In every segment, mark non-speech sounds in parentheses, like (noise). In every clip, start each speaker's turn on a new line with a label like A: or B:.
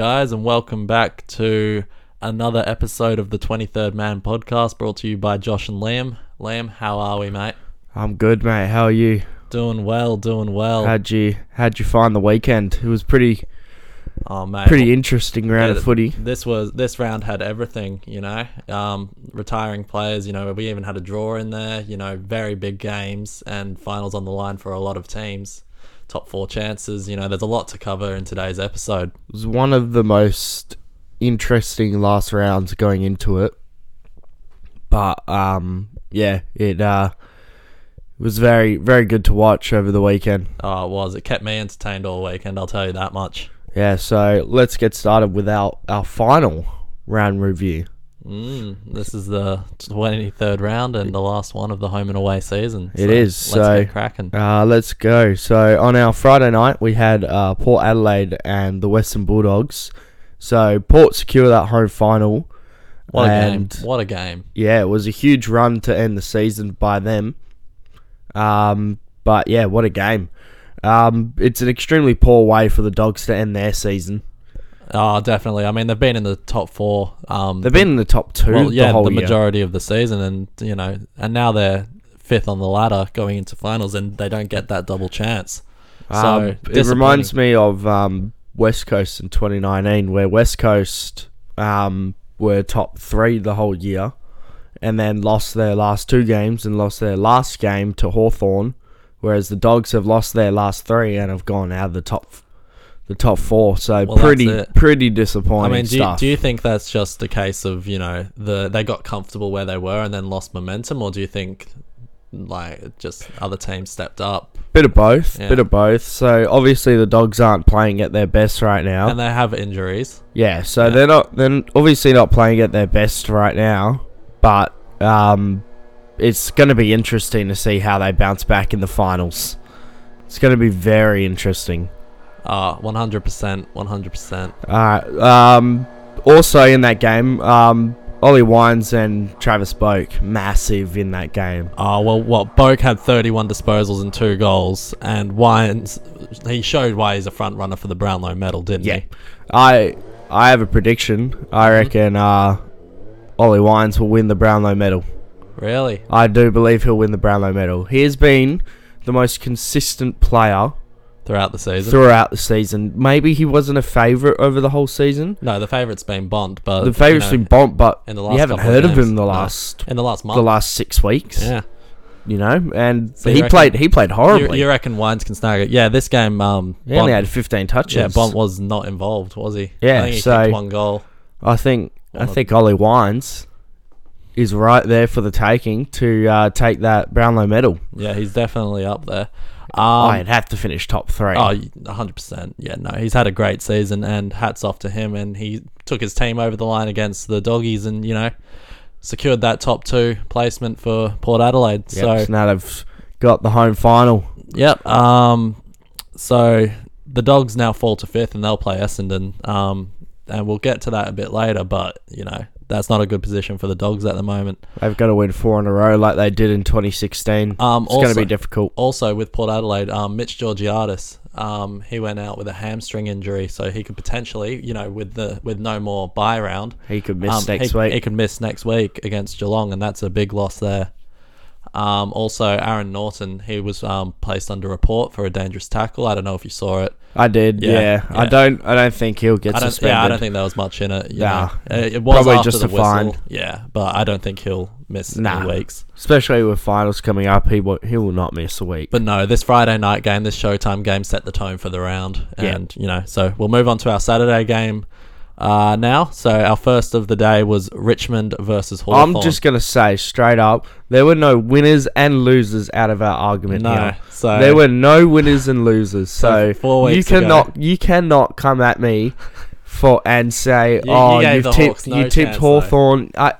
A: guys, and welcome back to another episode of the 23rd Man podcast brought to you by Josh and Liam. Liam, how are we, mate?
B: I'm good, mate. How are you?
A: Doing well, doing well.
B: How'd you How'd you find the weekend? It was pretty
A: oh, mate.
B: pretty interesting round
A: Yeah,
B: of
A: th-
B: footy.
A: This was this round had everything, you know. Um, retiring players, you know, we even had a draw in there, you know, very big games and finals on the line for a lot of teams. Top four chances, you know, there's a lot to cover in today's episode.
B: It was one of the most interesting last rounds going into it. But um, yeah, it uh, was very very good to watch over the weekend.
A: Oh, it was. It kept me entertained all weekend, I'll tell you that much.
B: Yeah, so let's get started with our our final round review.
A: Mm, this is the 23rd round and the last one of the home and away season.
B: It is,
A: Let's
B: so-
A: get cracking.
B: Uh, let's go. So on our Friday night, we had uh, Port Adelaide and the Western Bulldogs. So Port secure that home final.
A: What a
B: and
A: game. What a game.
B: yeah, it was a huge run to end the season by them. Um, but yeah, what a game. Um, it's an extremely poor way for the Dogs to end their season.
A: Oh, definitely. I mean, they've been in the top four. Um,
B: They've been in the top two
A: well, yeah,
B: the
A: the,
B: whole year.
A: majority of the season, and you know, and now they're fifth on the ladder going into finals, and they don't get that double chance. So
B: Um, it reminds me of um, West Coast in 2019, where West Coast um, were top three the whole year, and then lost their last two games and lost their last game to Hawthorn, whereas the Dogs have lost their last three and have gone out of the top, the top four. So
A: Well, that's
B: pretty,
A: it.
B: pretty
A: I
B: disappointing
A: mean, do you,
B: stuff.
A: do you think that's just a case of you know the they got comfortable where they were and then lost momentum, or do you think like just other teams stepped up
B: bit of both,
A: Yeah.
B: bit of both. So obviously the Dogs aren't playing at their best right now.
A: and they have injuries?
B: Yeah, so
A: Yeah.
B: they're not they're obviously not playing at their best right now, but um, it's going to be interesting to see how they bounce back in the finals. It's going to be very interesting.
A: Uh, one hundred percent, one hundred percent.
B: All right. Um, also in that game, um, Ollie Wines and Travis Boak massive in that game.
A: Oh well, well, Boak had 31 disposals and two goals, and Wines he showed why he's a front runner for the Brownlow medal, didn't
B: Yeah,
A: he?
B: I I have a prediction. I reckon uh, Ollie Wines will win the Brownlow medal.
A: Really?
B: I do believe he'll win the Brownlow medal. He has been the most consistent player
A: Throughout the season.
B: throughout the season. Maybe he wasn't a favourite over the whole season.
A: no, the favourite's been Bond, but
B: the favourite's
A: you know,
B: been Bont, but
A: in the
B: you
A: last
B: haven't
A: couple of
B: heard of,
A: games,
B: him the
A: no.
B: last
A: in the last month.
B: the last six weeks.
A: yeah.
B: You know, and
A: So you
B: he
A: reckon-
B: played he played
A: You,
B: horribly.
A: you reckon Wines can snag it? Yeah, this game, um,
B: he only
A: Bond,
B: had 15 touches.
A: yeah, Bond was not involved, was he? I
B: Yeah,
A: think he
B: so-
A: kicked one goal.
B: I think I
A: One of-
B: think Ollie Wines is right there for the taking to uh, take that Brownlow medal.
A: Yeah, he's definitely up there. Um,
B: I'd have to finish top three.
A: Oh, 100%. Yeah, no, he's had a great season and hats off to him. And he took his team over the line against the Doggies and, you know, secured that top two placement for Port Adelaide.
B: Yep,
A: so,
B: now they've got the home final.
A: yep. Um, so the Dogs now fall to fifth and they'll play Essendon. Um, and we'll get to that a bit later, but, you know, that's not a good position for the Dogs at the moment.
B: They've got to win four in a row like they did in 2016.
A: Um,
B: it's going to
A: also-
B: be difficult.
A: also with Port Adelaide, um, Mitch Georgiadis, um, he went out with a hamstring injury, so he could potentially, you know, with the with no more buy round,
B: He could miss
A: um,
B: next
A: he,
B: week.
A: he could miss next week against Geelong, and that's a big loss there. Um, also, Aaron Norton, he was um, placed under report for a dangerous tackle. I don't know if you saw it.
B: I did.
A: Yeah,
B: Yeah,
A: yeah.
B: I don't. I don't think he'll get
A: I don't,
B: suspended.
A: yeah, I don't think there was much in it. Yeah,
B: Nah.
A: it, it was
B: Probably
A: after
B: just
A: the
B: a fine.
A: whistle. Yeah, but I don't think he'll miss
B: Nah.
A: any weeks.
B: Especially with finals coming up, he will, he will not miss a week.
A: But no, this Friday night game, this Showtime game, set the tone for the round,
B: Yeah.
A: and you know, so we'll move on to our Saturday game uh, now. So our first of the day was Richmond versus Hawthorn.
B: I'm just gonna say straight up, there were no winners and losers out of our argument.
A: no,
B: here.
A: so
B: there were no winners and losers. So,
A: four
B: you
A: weeks ago-
B: cannot you cannot come at me for and say
A: you
B: oh
A: gave
B: you've
A: the
B: tipped
A: Hawks no
B: you tipped
A: chance, though."
B: Hawthorn. I,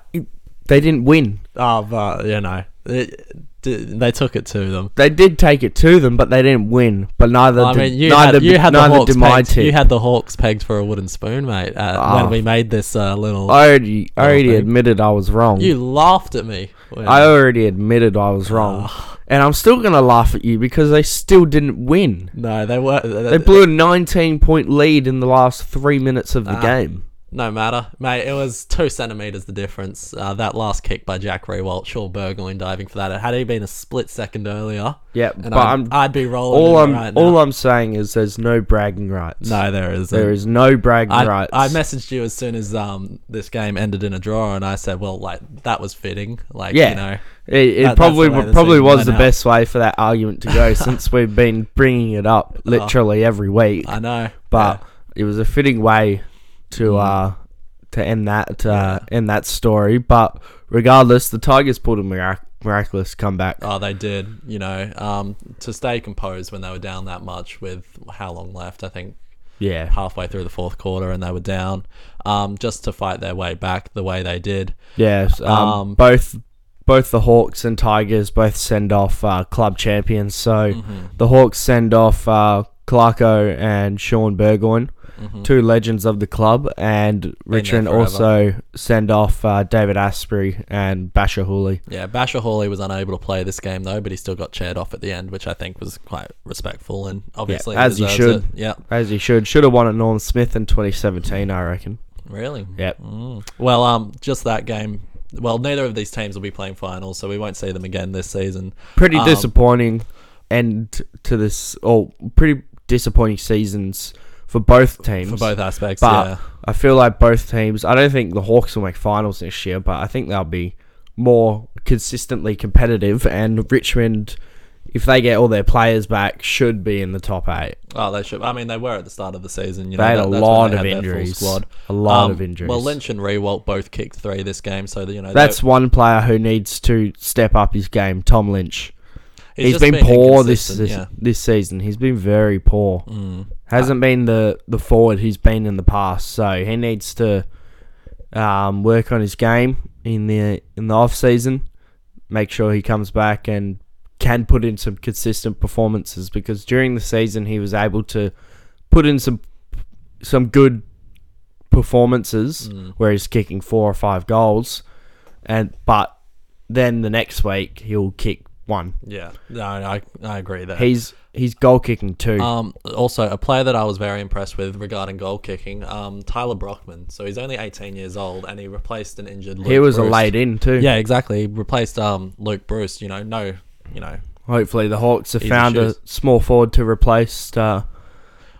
B: they didn't win.
A: oh, but you know, it, d- they took it to them.
B: They did take it to them, but they didn't win. But neither
A: I mean,
B: did,
A: you
B: neither,
A: had, you had the
B: neither
A: Hawks
B: did my
A: pegged,
B: tip.
A: you had the Hawks pegged for a wooden spoon, mate. Uh,
B: Ah.
A: when we made this uh, little,
B: I already, I
A: Little
B: already
A: thing.
B: admitted I was wrong.
A: you laughed at me. when- Ah.
B: I already admitted I was wrong. And I'm still gonna laugh at you because they still didn't win.
A: No, they were.
B: They blew a 19 point lead in the last three minutes of the
A: Ah.
B: game.
A: No matter, mate. It was two centimeters the difference. Uh, that last kick by Jack Rewalt, Shaw Burgoyne diving for that. Had he been a split second earlier,
B: Yeah,
A: and
B: but
A: I'd,
B: I'm,
A: I'd be rolling.
B: all
A: in it
B: I'm
A: right
B: all
A: now.
B: I'm saying is there's no bragging rights.
A: no, there isn't.
B: there is no bragging
A: I,
B: rights.
A: I messaged you as soon as um this game ended in a draw, and I said, "Well, like that was fitting. Like,
B: Yeah.
A: you know,
B: It, it
A: That- that's
B: probably
A: the way the
B: probably
A: season
B: was
A: went
B: the
A: out.
B: best way for that argument to
A: (laughs)
B: go since we've been bringing it up
A: Oh.
B: literally every week.
A: I know."
B: But it was a fitting way to
A: Mm.
B: uh to end that uh, end that story. But regardless, the Tigers pulled a mirac- miraculous comeback.
A: Oh, they did. You know, um, to stay composed when they were down that much with how long left? I think
B: Yeah,
A: halfway through the fourth quarter, and they were down. Um, just to fight their way back the way they did.
B: yeah. s- Um,
A: Um,
B: both both the Hawks and Tigers both send off uh, club champions. So
A: Mm-hmm.
B: the Hawks send off uh, Clarko and Sean Burgoyne.
A: Mhm.
B: two legends of the club, and Richmond
A: forever.
B: also send off uh, David Asprey and Basher Hooley.
A: Yeah, Basher Hawley was unable to play this game though, but he still got chaired off at the end, which I think was quite respectful and obviously
B: as he
A: deserves
B: should.
A: It. Yeah,
B: As he should. Should have won at Norm Smith in 2017, I reckon.
A: really.
B: Yep.
A: Mm. Well, um, just that game. Well, neither of these teams will be playing finals, so we won't see them again this season.
B: Pretty
A: Um,
B: disappointing end to this, or pretty disappointing seasons for both teams.
A: For both aspects,
B: But
A: yeah.
B: I feel like both teams, I don't think the Hawks will make finals this year, but I think they'll be more consistently competitive, and Richmond. If they get all their players back, should be in the top eight.
A: Oh, they should. I mean, they were at the start of the season. You know,
B: They had
A: that-
B: a
A: that's when
B: lot
A: they
B: of
A: had their full
B: injuries.
A: Squad.
B: A lot
A: Um,
B: of injuries.
A: Well, Lynch and Rewalt both kicked three this game, so that, you know
B: That's one player who needs to step up his game, Tom Lynch.
A: they-
B: he's
A: just
B: been poor this
A: inconsistent, Mm.
B: this, this season. He's been very poor. Hasn't been the, the forward he's been in the past, so he needs to um, work on his game in the in the off season. Make sure he comes back and can put in some consistent performances because during the season he was able to put in some some good performances
A: Mm.
B: where he's kicking four or five goals, and but then the next week he'll kick one.
A: Yeah, yeah. No, I I agree there.
B: He's he's goal kicking too.
A: Um, also, a player that I was very impressed with regarding goal kicking, um, Tyler Brockman. So he's only 18 years old, and he replaced an injured. Luke
B: he was a
A: Bruce.
B: laid in too.
A: Yeah, exactly. He replaced um Luke Bruce. You know, no, you know,
B: Hopefully the Hawks have
A: Easy
B: found a
A: shoes.
B: small forward to replace uh,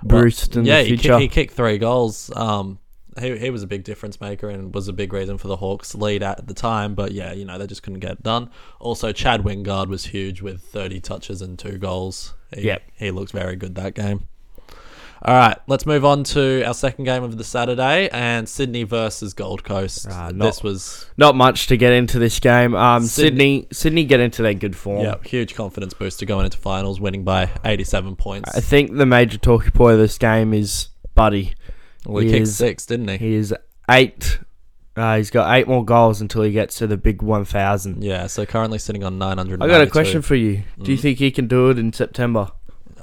B: Bruce in
A: yeah,
B: the
A: he,
B: future.
A: kicked, he kicked three goals. Um, he, he was a big difference maker and was a big reason for the Hawks' lead at the time. But yeah, you know they just couldn't get it done. Also, Chad Wingard was huge with 30 touches and two goals. He,
B: Yep.
A: he looked very good that game. All right, let's move on to our second game of the Saturday and Sydney versus Gold Coast.
B: Ah, not-
A: this was
B: Not much to get into this game. Um, Sydney
A: Sydney-
B: Sydney get into their good form.
A: yeah huge confidence booster going into finals, winning by 87 points.
B: I think the major talking point of this game is Buddy.
A: well, he
B: he
A: kicked
B: is-
A: six, didn't he?
B: He is eight. Uh, he's got eight more goals until he gets to the big one thousand.
A: Yeah, Mm. so currently sitting on 900.
B: I got a question for you. Do you think he can do it in September?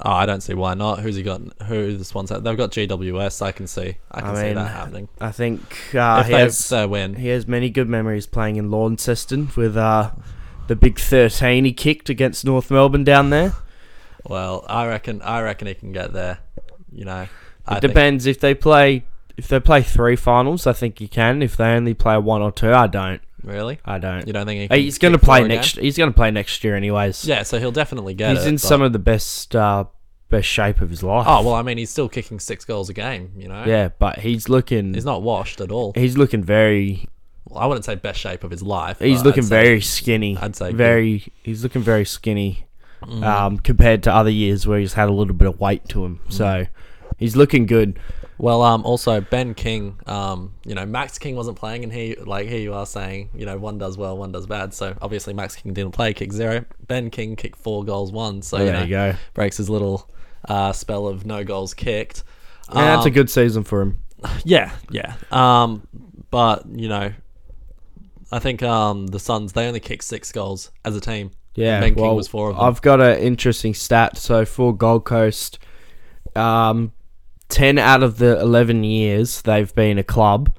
A: Oh, I don't see why not. Who's he got? Who the Swans have? They've got GWS. I can see. I can
B: I
A: see
B: mean,
A: that happening.
B: I think uh,
A: if
B: he
A: they,
B: has
A: they win,
B: he has many good memories playing in Launceston with uh, the big thirteen he kicked against North Melbourne down there.
A: well, I reckon. I reckon he can get there. You know, I think-
B: it depends if they play if they play three finals. I think he can. If they only play one or two, I don't.
A: Really,
B: I don't.
A: you don't think he
B: Uh,
A: can
B: he's going to
A: kick
B: play
A: four a game?
B: next. He's going to play next year, anyways.
A: Yeah, so he'll definitely get
B: he's
A: it.
B: in
A: but-
B: some of the best uh, best shape of his life.
A: Oh well, I mean, he's still kicking six goals a game. You know,
B: yeah, but he's looking.
A: he's not washed at all.
B: he's looking very.
A: Well, I wouldn't say best shape of his life.
B: He's
A: but I'd
B: looking
A: say-
B: very skinny.
A: I'd say Mm. good.
B: very. He's looking very skinny, um, compared to other years where he's had a little bit of weight to him.
A: Mm.
B: So, he's looking good.
A: Well, um, also Ben King, um, you know, Max King wasn't playing, and he, like, here you are saying, you know, one does well, one does bad. So obviously Max King didn't play, kick zero. Ben King kicked four goals, one. So
B: There
A: know,
B: you go.
A: breaks his little uh, spell of no goals kicked.
B: And that's a
A: Um,
B: good season for him.
A: yeah, yeah. Um, but you know, I think um the Suns they only kicked six goals as a team.
B: Yeah,
A: Ben
B: well,
A: King was four of them.
B: I've got an interesting stat. So for Gold Coast, um, ten out of the eleven years they've been a club,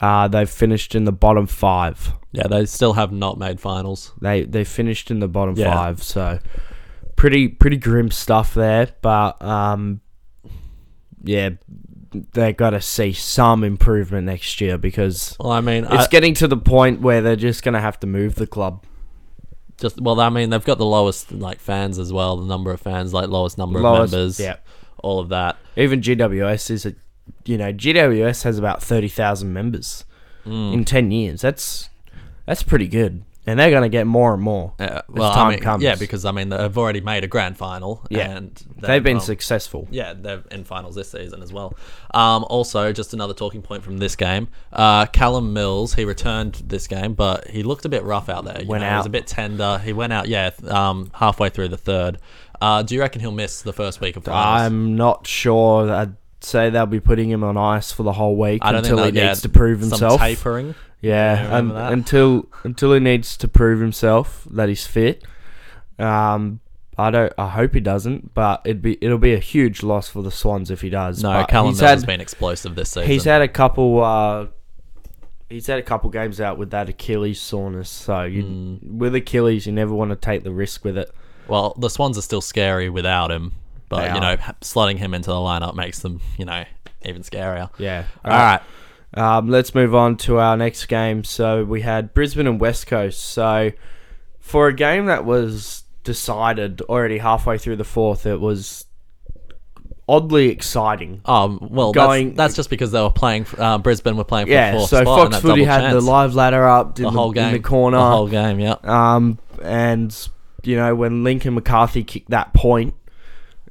B: Uh, they finished in the bottom five.
A: Yeah, they still have not made finals.
B: They they finished in the bottom
A: Yeah.
B: five, so pretty pretty grim stuff there. But um, yeah, they got to see some improvement next year because
A: Well, I mean, I,
B: it's getting to the point where they're just gonna have to move the club.
A: just well, I mean, they've got the lowest like fans as well, the number of fans, like lowest number
B: Lowest-
A: of members,
B: yeah.
A: all of that.
B: Even GWS is a, you know, GWS has about thirty thousand members
A: Hmm.
B: in ten years. That's that's pretty good, and they're gonna get more and more.
A: Uh, well,
B: time
A: I mean,
B: comes.
A: yeah, because I mean, they've already made a grand final.
B: Yeah.
A: and
B: They've been
A: um,
B: successful.
A: Yeah, they're in finals this season as well. Um, also, just another talking point from this game. Uh, Callum Mills, he returned this game, but he looked a bit rough out there. You
B: Went
A: know, He was
B: out.
A: a bit tender. He went out, yeah, th- um, halfway through the third. Uh, do you reckon he'll miss the first week of finals?
B: I'm not sure. I'd say they'll be putting him on ice for the whole week
A: I don't
B: until he
A: think that, yeah,
B: needs to prove
A: Some
B: himself.
A: tapering.
B: Yeah,
A: Yeah, I
B: un-
A: remember that.
B: until until he needs to prove himself that he's fit. Um, I don't. I hope he doesn't, but it'd be it'll be a huge loss for the Swans if he does.
A: No,
B: but
A: Callum Mills
B: he's had,
A: has been explosive this season.
B: he's had a couple. Uh, he's had a couple games out with that Achilles soreness. So you
A: Mm.
B: with Achilles, you never want to take the risk with it.
A: well, the Swans are still scary without him, but
B: They
A: you
B: are.
A: know, ha- slotting him into the lineup makes them, you know, even scarier.
B: Yeah.
A: All right.
B: Um, let's move on to our next game. So we had Brisbane and West Coast. So for a game that was decided already halfway through the fourth, it was oddly exciting.
A: Um, well,
B: Going-
A: that's, that's just because they were playing. f- Uh, Brisbane were playing for
B: Yeah.
A: the fourth spot
B: So
A: in
B: Fox
A: that
B: Footy
A: double
B: had the
A: chance.
B: live ladder up in
A: the whole game
B: in the corner.
A: the whole game. Yeah,
B: Um, and you know when Lincoln McCarthy kicked that point.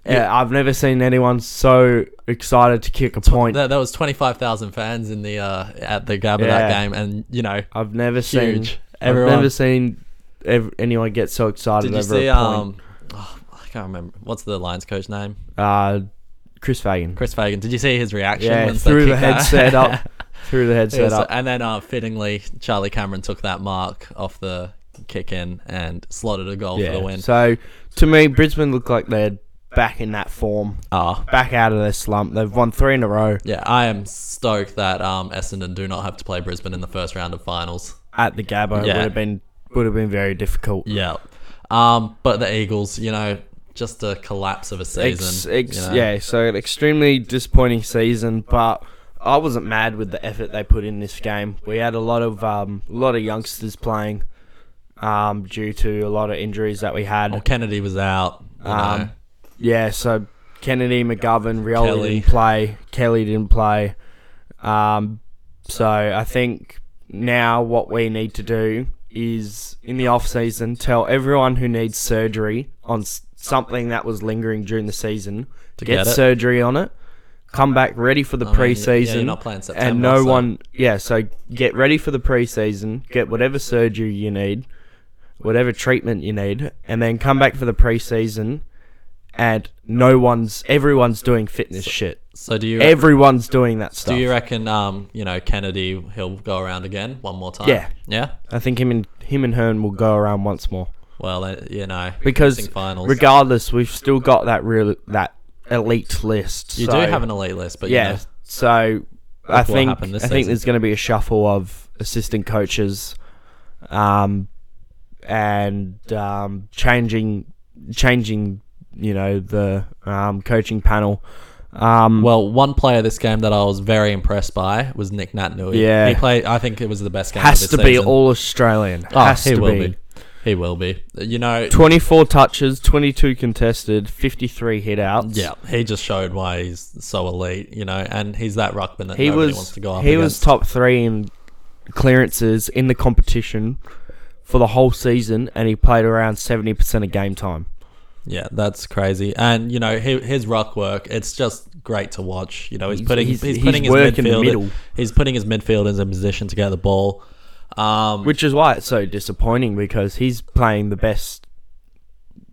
B: Yeah. I've never seen anyone so excited to kick a point.
A: there, there was twenty five thousand fans in the uh, at the Gabba that
B: Yeah.
A: game, and you know,
B: I've never seen.
A: Huge.
B: I've
A: Everyone-
B: never seen ev- anyone get so excited
A: did you
B: over
A: see?
B: a point.
A: Um, oh, I can't remember what's the Lions coach name,
B: uh, Chris Fagan.
A: Chris Fagan. Did you see his reaction?
B: yeah,
A: when they
B: threw the
A: kicked that?
B: headset up.
A: (laughs)
B: Threw the
A: It
B: headset
A: was-
B: up.
A: and then, uh, fittingly, Charlie Cameron took that mark off the kick in and slotted a goal for the
B: Yeah.
A: win.
B: So to me, Brisbane looked like they're back in that form,
A: Ah,
B: back out of their slump. They've won three in a row
A: yeah, I am stoked that um, Essendon do not have to play Brisbane in the first round of finals.
B: at the Gabba. It
A: Yeah.
B: would have been would have been very difficult.
A: Yeah. Um, but the Eagles, you know, just a collapse of a season.
B: Ex- ex-
A: you know.
B: Yeah, so an extremely disappointing season, but I wasn't mad with the effort they put in this game. We had a lot of um, a lot of youngsters playing um, due to a lot of injuries that we had.
A: Well, Kennedy was out. You
B: Um,
A: know.
B: Yeah, so Kennedy, McGovern, Rioli
A: Kelly.
B: didn't play. Kelly didn't play. Um, so I think now what we need to do is in the off season tell everyone who needs surgery on s- something that was lingering during the season to
A: get it.
B: surgery on it. Come back ready for the
A: I mean, yeah,
B: preseason,
A: you're not playing September,
B: and no
A: so-
B: one. Yeah, so get ready for the preseason. Get whatever surgery you need, whatever treatment you need, and then come back for the preseason. And no one's, everyone's doing fitness shit.
A: So do you
B: Everyone's doing that
A: do
B: stuff.
A: you reckon um, you know, Kennedy he'll go around again one more time?
B: Yeah.
A: Yeah?
B: I think him and him and Hearn will go around once more
A: Well, uh, you know,
B: because
A: missing finals.
B: regardless, we've still got that real that elite list.
A: you
B: so,
A: do have an elite list, but
B: yeah.
A: yeah.
B: So I
A: what
B: think I
A: happened this
B: think
A: season.
B: there's going to be a shuffle of assistant coaches, um, and um, changing changing you know the um, coaching panel. Um,
A: well, one player this game that I was very impressed by was Nick Natnui.
B: Yeah.
A: He played I think it was the best game
B: has
A: of
B: to
A: this
B: be
A: season.
B: all Australian.
A: Oh,
B: has
A: he
B: to
A: will
B: be.
A: be. He will be. You know,
B: 24 touches, 22 contested, 53 hit outs.
A: yeah, he just showed why he's so elite, you know, and he's that ruckman that
B: He
A: nobody
B: was
A: wants to go up
B: he was
A: against.
B: top 3 in clearances in the competition for the whole season and he played around 70% of game time.
A: Yeah, that's crazy. And you know, his, his ruck work, it's just great to watch. You know, he's
B: He's-
A: putting
B: he's-
A: he's,
B: he's
A: putting his
B: work in the
A: midfield
B: middle.
A: he's putting his midfielders in position to get the ball. Um,
B: Which is why it's so disappointing because he's playing the best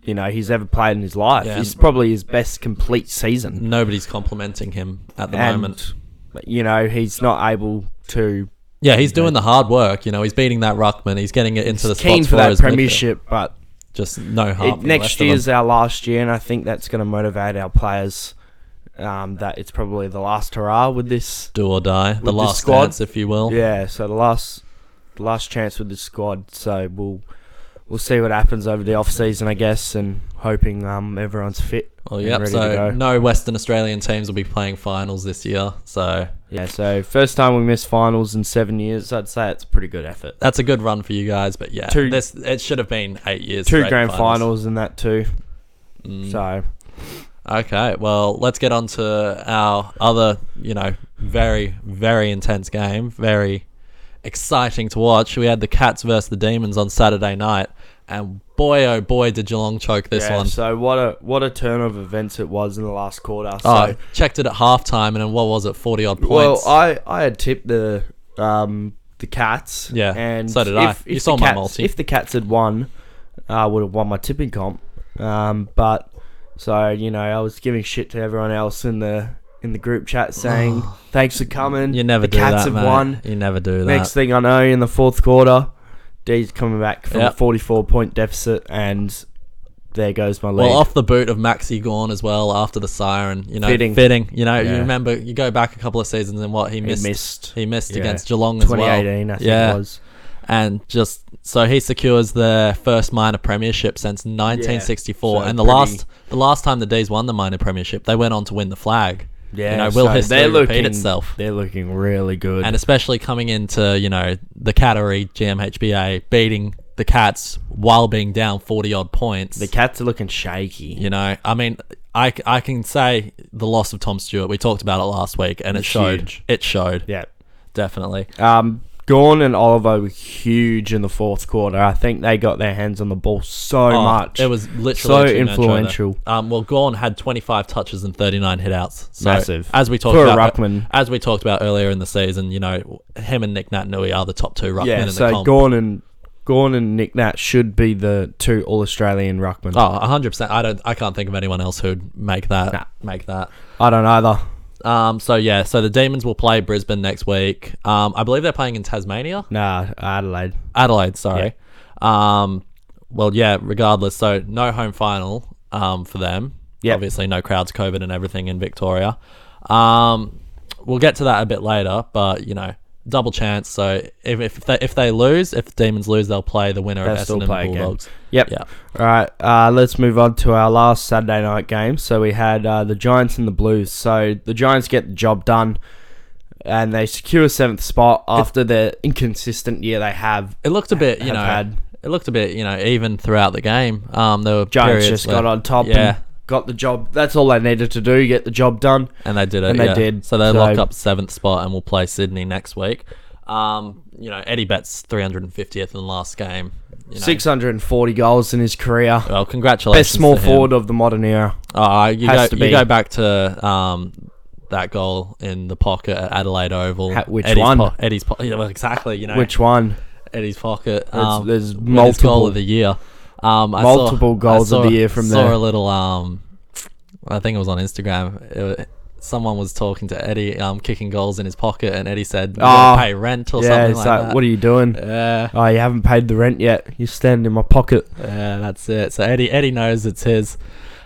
B: you know he's ever played in his life.
A: Yeah. Mm.
B: It's probably his best complete season.
A: nobody's complimenting him at the
B: And-
A: moment.
B: But, you know, he's not able to
A: Yeah, he's doing the hard work. You know, he's beating that ruckman. He's getting it into the spots
B: uh, keen for
A: where
B: that
A: his midfield-
B: premiership, but
A: Just no
B: it-
A: harm. for the rest
B: next
A: of them.
B: year's our last year, and I think that's going to motivate our players um, that it's probably the last hurrah with this.
A: Do or die.
B: With
A: the
B: this
A: last
B: squad.
A: dance, if you will.
B: Yeah, so the last, the last chance with this squad. So we'll we'll see what happens over the off season, I guess, and hoping um everyone's fit.
A: Well,
B: and
A: Oh, yep.
B: ready to
A: So
B: go.
A: no Western Australian teams will be playing finals this year. So
B: Yeah, so first time we missed finals in seven years. I'd say it's a pretty good effort.
A: that's a good run for you guys. But yeah,
B: Two-
A: this it should have been eight years.
B: Two
A: straight
B: grand finals in that too.
A: Mm.
B: So
A: Okay, well, let's get on to our other, you know, very, very intense game, very exciting to watch. We had the Cats versus the Demons on Saturday night, and boy, oh boy, did Geelong choke this
B: yeah,
A: one.
B: So what a what a turn of events it was in the last quarter. So
A: oh, checked it at halftime, and then what was it, 40 odd
B: well,
A: points?
B: I I had tipped the um the cats.
A: Yeah,
B: and
A: so did
B: if,
A: I.
B: If
A: You
B: the
A: saw my
B: cats,
A: multi.
B: If the cats had won, I would have won my tipping comp. Um, but so you know, I was giving shit to everyone else in the in the group
A: (sighs)
B: chat saying thanks for coming.
A: you never
B: the
A: do
B: cats
A: that,
B: have
A: mate.
B: won.
A: You never do that.
B: Next thing I know, in the fourth quarter, D's coming back from
A: Yep.
B: a 44 point deficit, and there goes my lead.
A: Well, off the boot of Maxi Gorn as well after the siren, you know, fitting.
B: Fitting.
A: You know, you
B: Yeah.
A: remember you go back a couple of seasons and what he
B: he
A: missed.
B: missed.
A: He missed
B: Yeah.
A: against Geelong as well.
B: 2018, I think
A: Yeah.
B: it was.
A: and just so he secures their first minor premiership since 1964
B: Yeah, so
A: and the
B: pretty-
A: last the last time the D's won the minor premiership they went on to win the flag
B: Yeah,
A: know, will
B: so
A: history
B: they're
A: repeat
B: looking-
A: itself?
B: They're looking really good.
A: and especially coming into you know the category GMHBA beating the Cats while being down 40 odd points
B: the Cats are looking shaky.
A: you know I mean I, c- I can say the loss of Tom Stewart we talked about it last week and it
B: It's
A: showed
B: huge.
A: it showed
B: Yeah.
A: definitely
B: Um, Gorn and Oliver were huge in the fourth quarter. I think they got their hands on the ball so
A: Oh,
B: much.
A: It was literally two men
B: So
A: short of it.
B: influential.
A: Um, well, Gorn had 25 touches and 39 hitouts. So
B: Massive.
A: As we talked
B: For a
A: about,
B: ruckman.
A: as we talked about earlier in the season, you know, him and Nick Natnui are the top two ruckmen
B: yeah.
A: in the
B: So
A: comp.
B: Gorn and Gorn and Nick Nat should be the two All Australian ruckmen.
A: oh, 100. percent I don't. I can't think of anyone else who'd make that.
B: Nah.
A: Make that.
B: I don't either.
A: Um. So yeah. So the Demons will play Brisbane next week. Um. I believe they're playing in Tasmania.
B: Nah, Adelaide.
A: Adelaide, sorry. Um, well, yeah, regardless. So, no home final um, for them.
B: Yep.
A: Obviously, no crowds, COVID, and everything in Victoria. Um, we'll get to that a bit later, but, you know, double chance. So, if, if, they, if they lose, if the Demons lose, they'll play the winner of
B: They'll still
A: Essendon
B: play again.
A: Bulldogs.
B: Yep.
A: Yeah.
B: All right, uh, let's move on to our last Saturday night game. So we had uh, the Giants and the Blues. So the Giants get the job done, and they secure seventh spot after the inconsistent year they have.
A: It looked a bit, you
B: Have
A: know,
B: had.
A: it looked a bit, you know, even throughout the game. Um, there were
B: Giants
A: periods
B: just
A: where-
B: got on top
A: Yeah.
B: and got the job. That's all they needed to do, get the job done.
A: And they did it.
B: And they
A: yeah.
B: did.
A: So they
B: So-
A: lock up seventh spot and will play Sydney next week. Um, you know, Eddie Betts 350th in the last game. You know,
B: 640 goals in his career.
A: Well, congratulations.
B: Best small
A: to him.
B: forward of the modern era.
A: Oh, you go,
B: Has to
A: you
B: be.
A: go back to um, that goal in the pocket at Adelaide Oval.
B: Ha- which
A: Eddie's
B: one?
A: Po- Eddie's pocket. Yeah, well, exactly. You know,
B: Which one?
A: Eddie's pocket. Um,
B: there's
A: with his goal
B: multiple.
A: of the year. Um, I saw-
B: Multiple goals
A: I
B: of
A: saw-
B: the year from
A: saw
B: there.
A: a little. Um, I think it was on Instagram. It wa- someone was talking to Eddie, um, kicking goals in his pocket, and Eddie said, "You gotta
B: Oh,
A: "Pay rent or
B: yeah,
A: something
B: it's
A: like,
B: like,
A: that."
B: what are you doing?
A: yeah,
B: Oh, you haven't paid the rent yet. You're standing in my pocket.
A: yeah, that's it. So Eddie, Eddie knows it's his.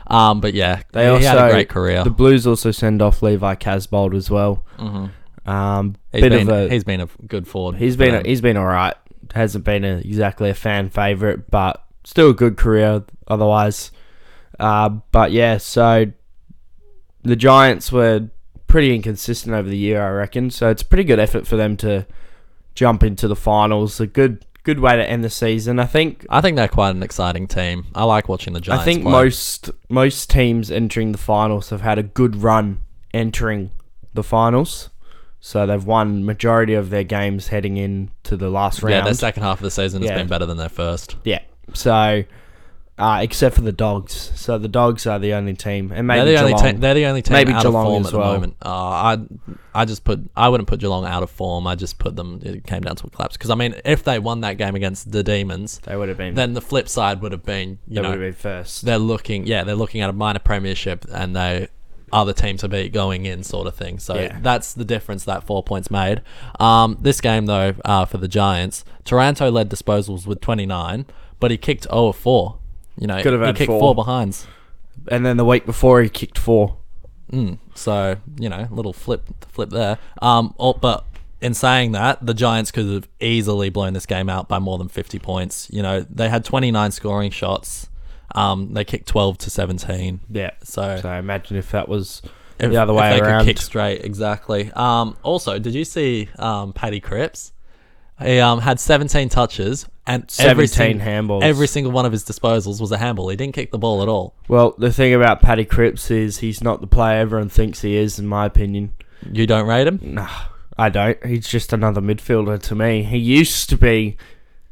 A: Um, but yeah,
B: They
A: he had a
B: also-
A: great career.
B: The Blues also send off Levi Casbold as well.
A: Mhm.
B: Um,
A: He's
B: bit
A: been,
B: of a
A: he's been a f- good forward.
B: he's
A: for
B: been
A: them.
B: he's been all right. Hasn't been a, exactly a fan favorite, but still a good career otherwise. Uh, but yeah, so the Giants were pretty inconsistent over the year, I reckon. So it's a pretty good effort for them to jump into the finals. A good good way to end the season, I think.
A: I think they're quite an exciting team. I like watching the Giants.
B: I think
A: play.
B: most most teams entering the finals have had a good run entering the finals. So they've won majority of their games heading into the last
A: yeah,
B: round.
A: their second half of the season
B: Yeah.
A: has been better than their first.
B: Yeah. So, uh, except for the dogs. So the dogs are the only team, and maybe
A: they're the only
B: Geelong.
A: team. They're the only team
B: Maybe
A: out
B: Geelong
A: of form
B: as
A: at the
B: well.
A: moment. Uh, I, I just put. I wouldn't put Geelong out of form. I just put them. It came down to a collapse. Because I mean, if they won that game against the Demons,
B: they would have been.
A: then the flip side would have been, you
B: they would have
A: know,
B: been first.
A: they're looking. Yeah, they're looking at a minor premiership, and they are the team to beat going in, sort of thing. So
B: Yeah.
A: that's the difference that four points made. Um, this game though, uh, for the Giants, Toronto led disposals with 29, but he kicked 0 of 4. You know,
B: Could have
A: he
B: had
A: kicked
B: four.
A: four behinds.
B: and then the week before, he kicked four.
A: Mm. So you know, little flip, flip there. Um, oh, but in saying that, the Giants could have easily blown this game out by more than fifty points. You know, they had twenty nine scoring shots. Um, they kicked twelve to seventeen.
B: Yeah.
A: So,
B: So imagine if that was
A: if-
B: the other
A: if
B: way
A: they
B: around.
A: could kick straight, exactly. Um, also, did you see um, Paddy Cripps? He um, had seventeen touches and every
B: 17
A: sing-
B: handballs.
A: Every single one of his disposals was a handball. He didn't kick the ball at all.
B: Well, the thing about Paddy Cripps is he's not the player everyone thinks he is, in my opinion.
A: You don't rate him?
B: Nah, I don't. He's just another midfielder to me. He used to be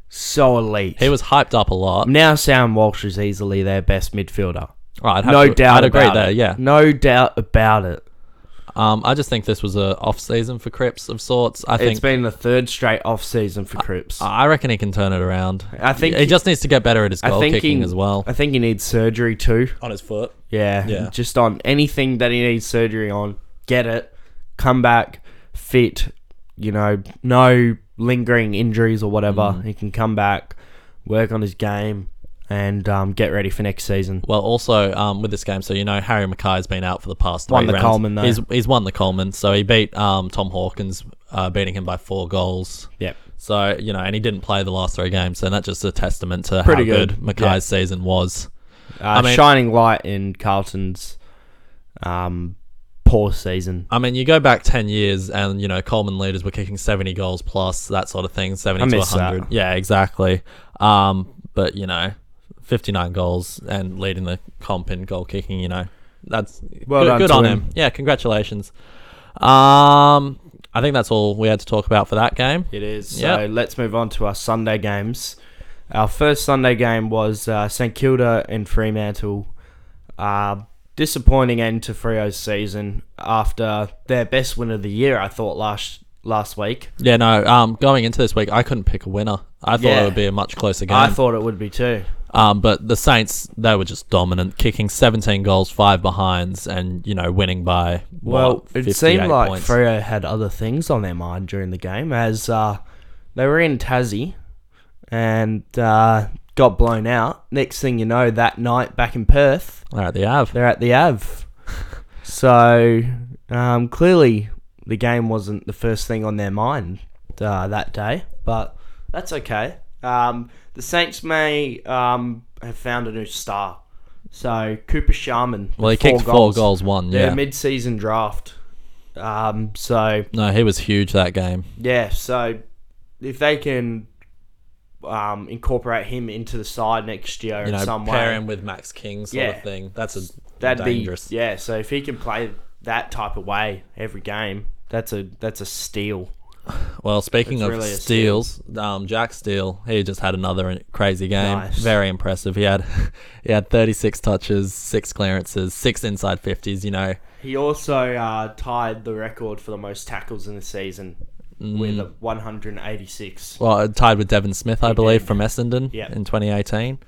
B: so elite.
A: He was hyped up a lot.
B: now Sam Walsh is easily their best midfielder.
A: Right, I'd have
B: No
A: to-
B: doubt
A: I'd agree
B: about
A: there.
B: it.
A: Yeah,
B: No doubt about it.
A: um, I just think this was a off season for Cripps of sorts. I
B: It's
A: think
B: been the third straight off season for Cripps.
A: I reckon he can turn it around.
B: I think
A: he,
B: he-
A: just needs to get better at his
B: I
A: goal
B: think
A: kicking
B: he-
A: as well
B: I think he needs surgery too.
A: on his foot.
B: Yeah,
A: Yeah.
B: Just on anything that he needs surgery on, get it, come back fit. You know, no lingering injuries or whatever.
A: Mm.
B: He can come back, work on his game, and um, get ready for next season.
A: Well, also um, with this game, so you know Harry Mackay's been out for the past three
B: Won the
A: rounds.
B: Coleman, though.
A: He's he's won the Coleman, so he beat um, Tom Hawkins, uh, beating him by four goals.
B: Yep.
A: So you know, and he didn't play the last three games, so that's just a testament to
B: Pretty
A: how good,
B: good,
A: Mackay's season was.
B: Uh,
A: mean-
B: shining light in Carlton's um, poor season.
A: I mean, you go back 10 years and, you know, Coleman leaders were kicking 70 goals plus, that sort of thing, 70
B: I
A: to
B: miss that.
A: 100. Yeah, exactly. Um, but, you know, 59 goals and leading the comp in goal kicking, you know, that's
B: Well
A: good,
B: done
A: good
B: to
A: on
B: him.
A: him. Yeah, congratulations. Um, I think that's all we had to talk about for that game.
B: It is. So
A: Yep.
B: let's move on to our Sunday games. Our first Sunday game was uh, St Kilda and Fremantle. Uh, disappointing end to Freo's season after their best win of the year, I thought last last week.
A: Yeah, no, um, going into this week, I couldn't pick a winner. I thought
B: Yeah.
A: it would be a much closer game.
B: I thought it would be too.
A: Um, but the Saints, they were just dominant, kicking 17 goals, five behinds, and you know winning by what,
B: Well, it
A: 58
B: seemed like
A: points.
B: Freo had other things on their mind during the game as uh, they were in Tassie and uh, got blown out. Next thing you know, that night back in Perth,
A: All right, they have.
B: They're at
A: (laughs)
B: the Av. so um, clearly, the game wasn't the first thing on their mind uh, that day, but that's okay. Um, the Saints may um, have found a new star. So Cooper Sharman.
A: Well, he
B: with
A: kicked four goals, one.
B: Their
A: Yeah,
B: mid-season draft. Um, so
A: no, he was huge that game.
B: yeah, so if they can um, incorporate him into the side next year
A: You
B: in
A: know,
B: some way,
A: pair him with Max King, sort
B: Yeah.
A: of thing. That's a
B: That'd
A: dangerous.
B: be yeah. So if he can play that type of way every game, that's a that's a steal.
A: Well, speaking
B: It's
A: of
B: really a steal.
A: steals, um, Jack Steele, he just had another in- crazy game.
B: Nice.
A: Very impressive. He had (laughs) he had 36 touches, six clearances, six inside 50s. You know,
B: He also uh, tied the record for the most tackles in the season with
A: Mm.
B: a 186.
A: well, uh, tied with Devin Smith, I believe, from Essendon
B: Yep.
A: in 2018.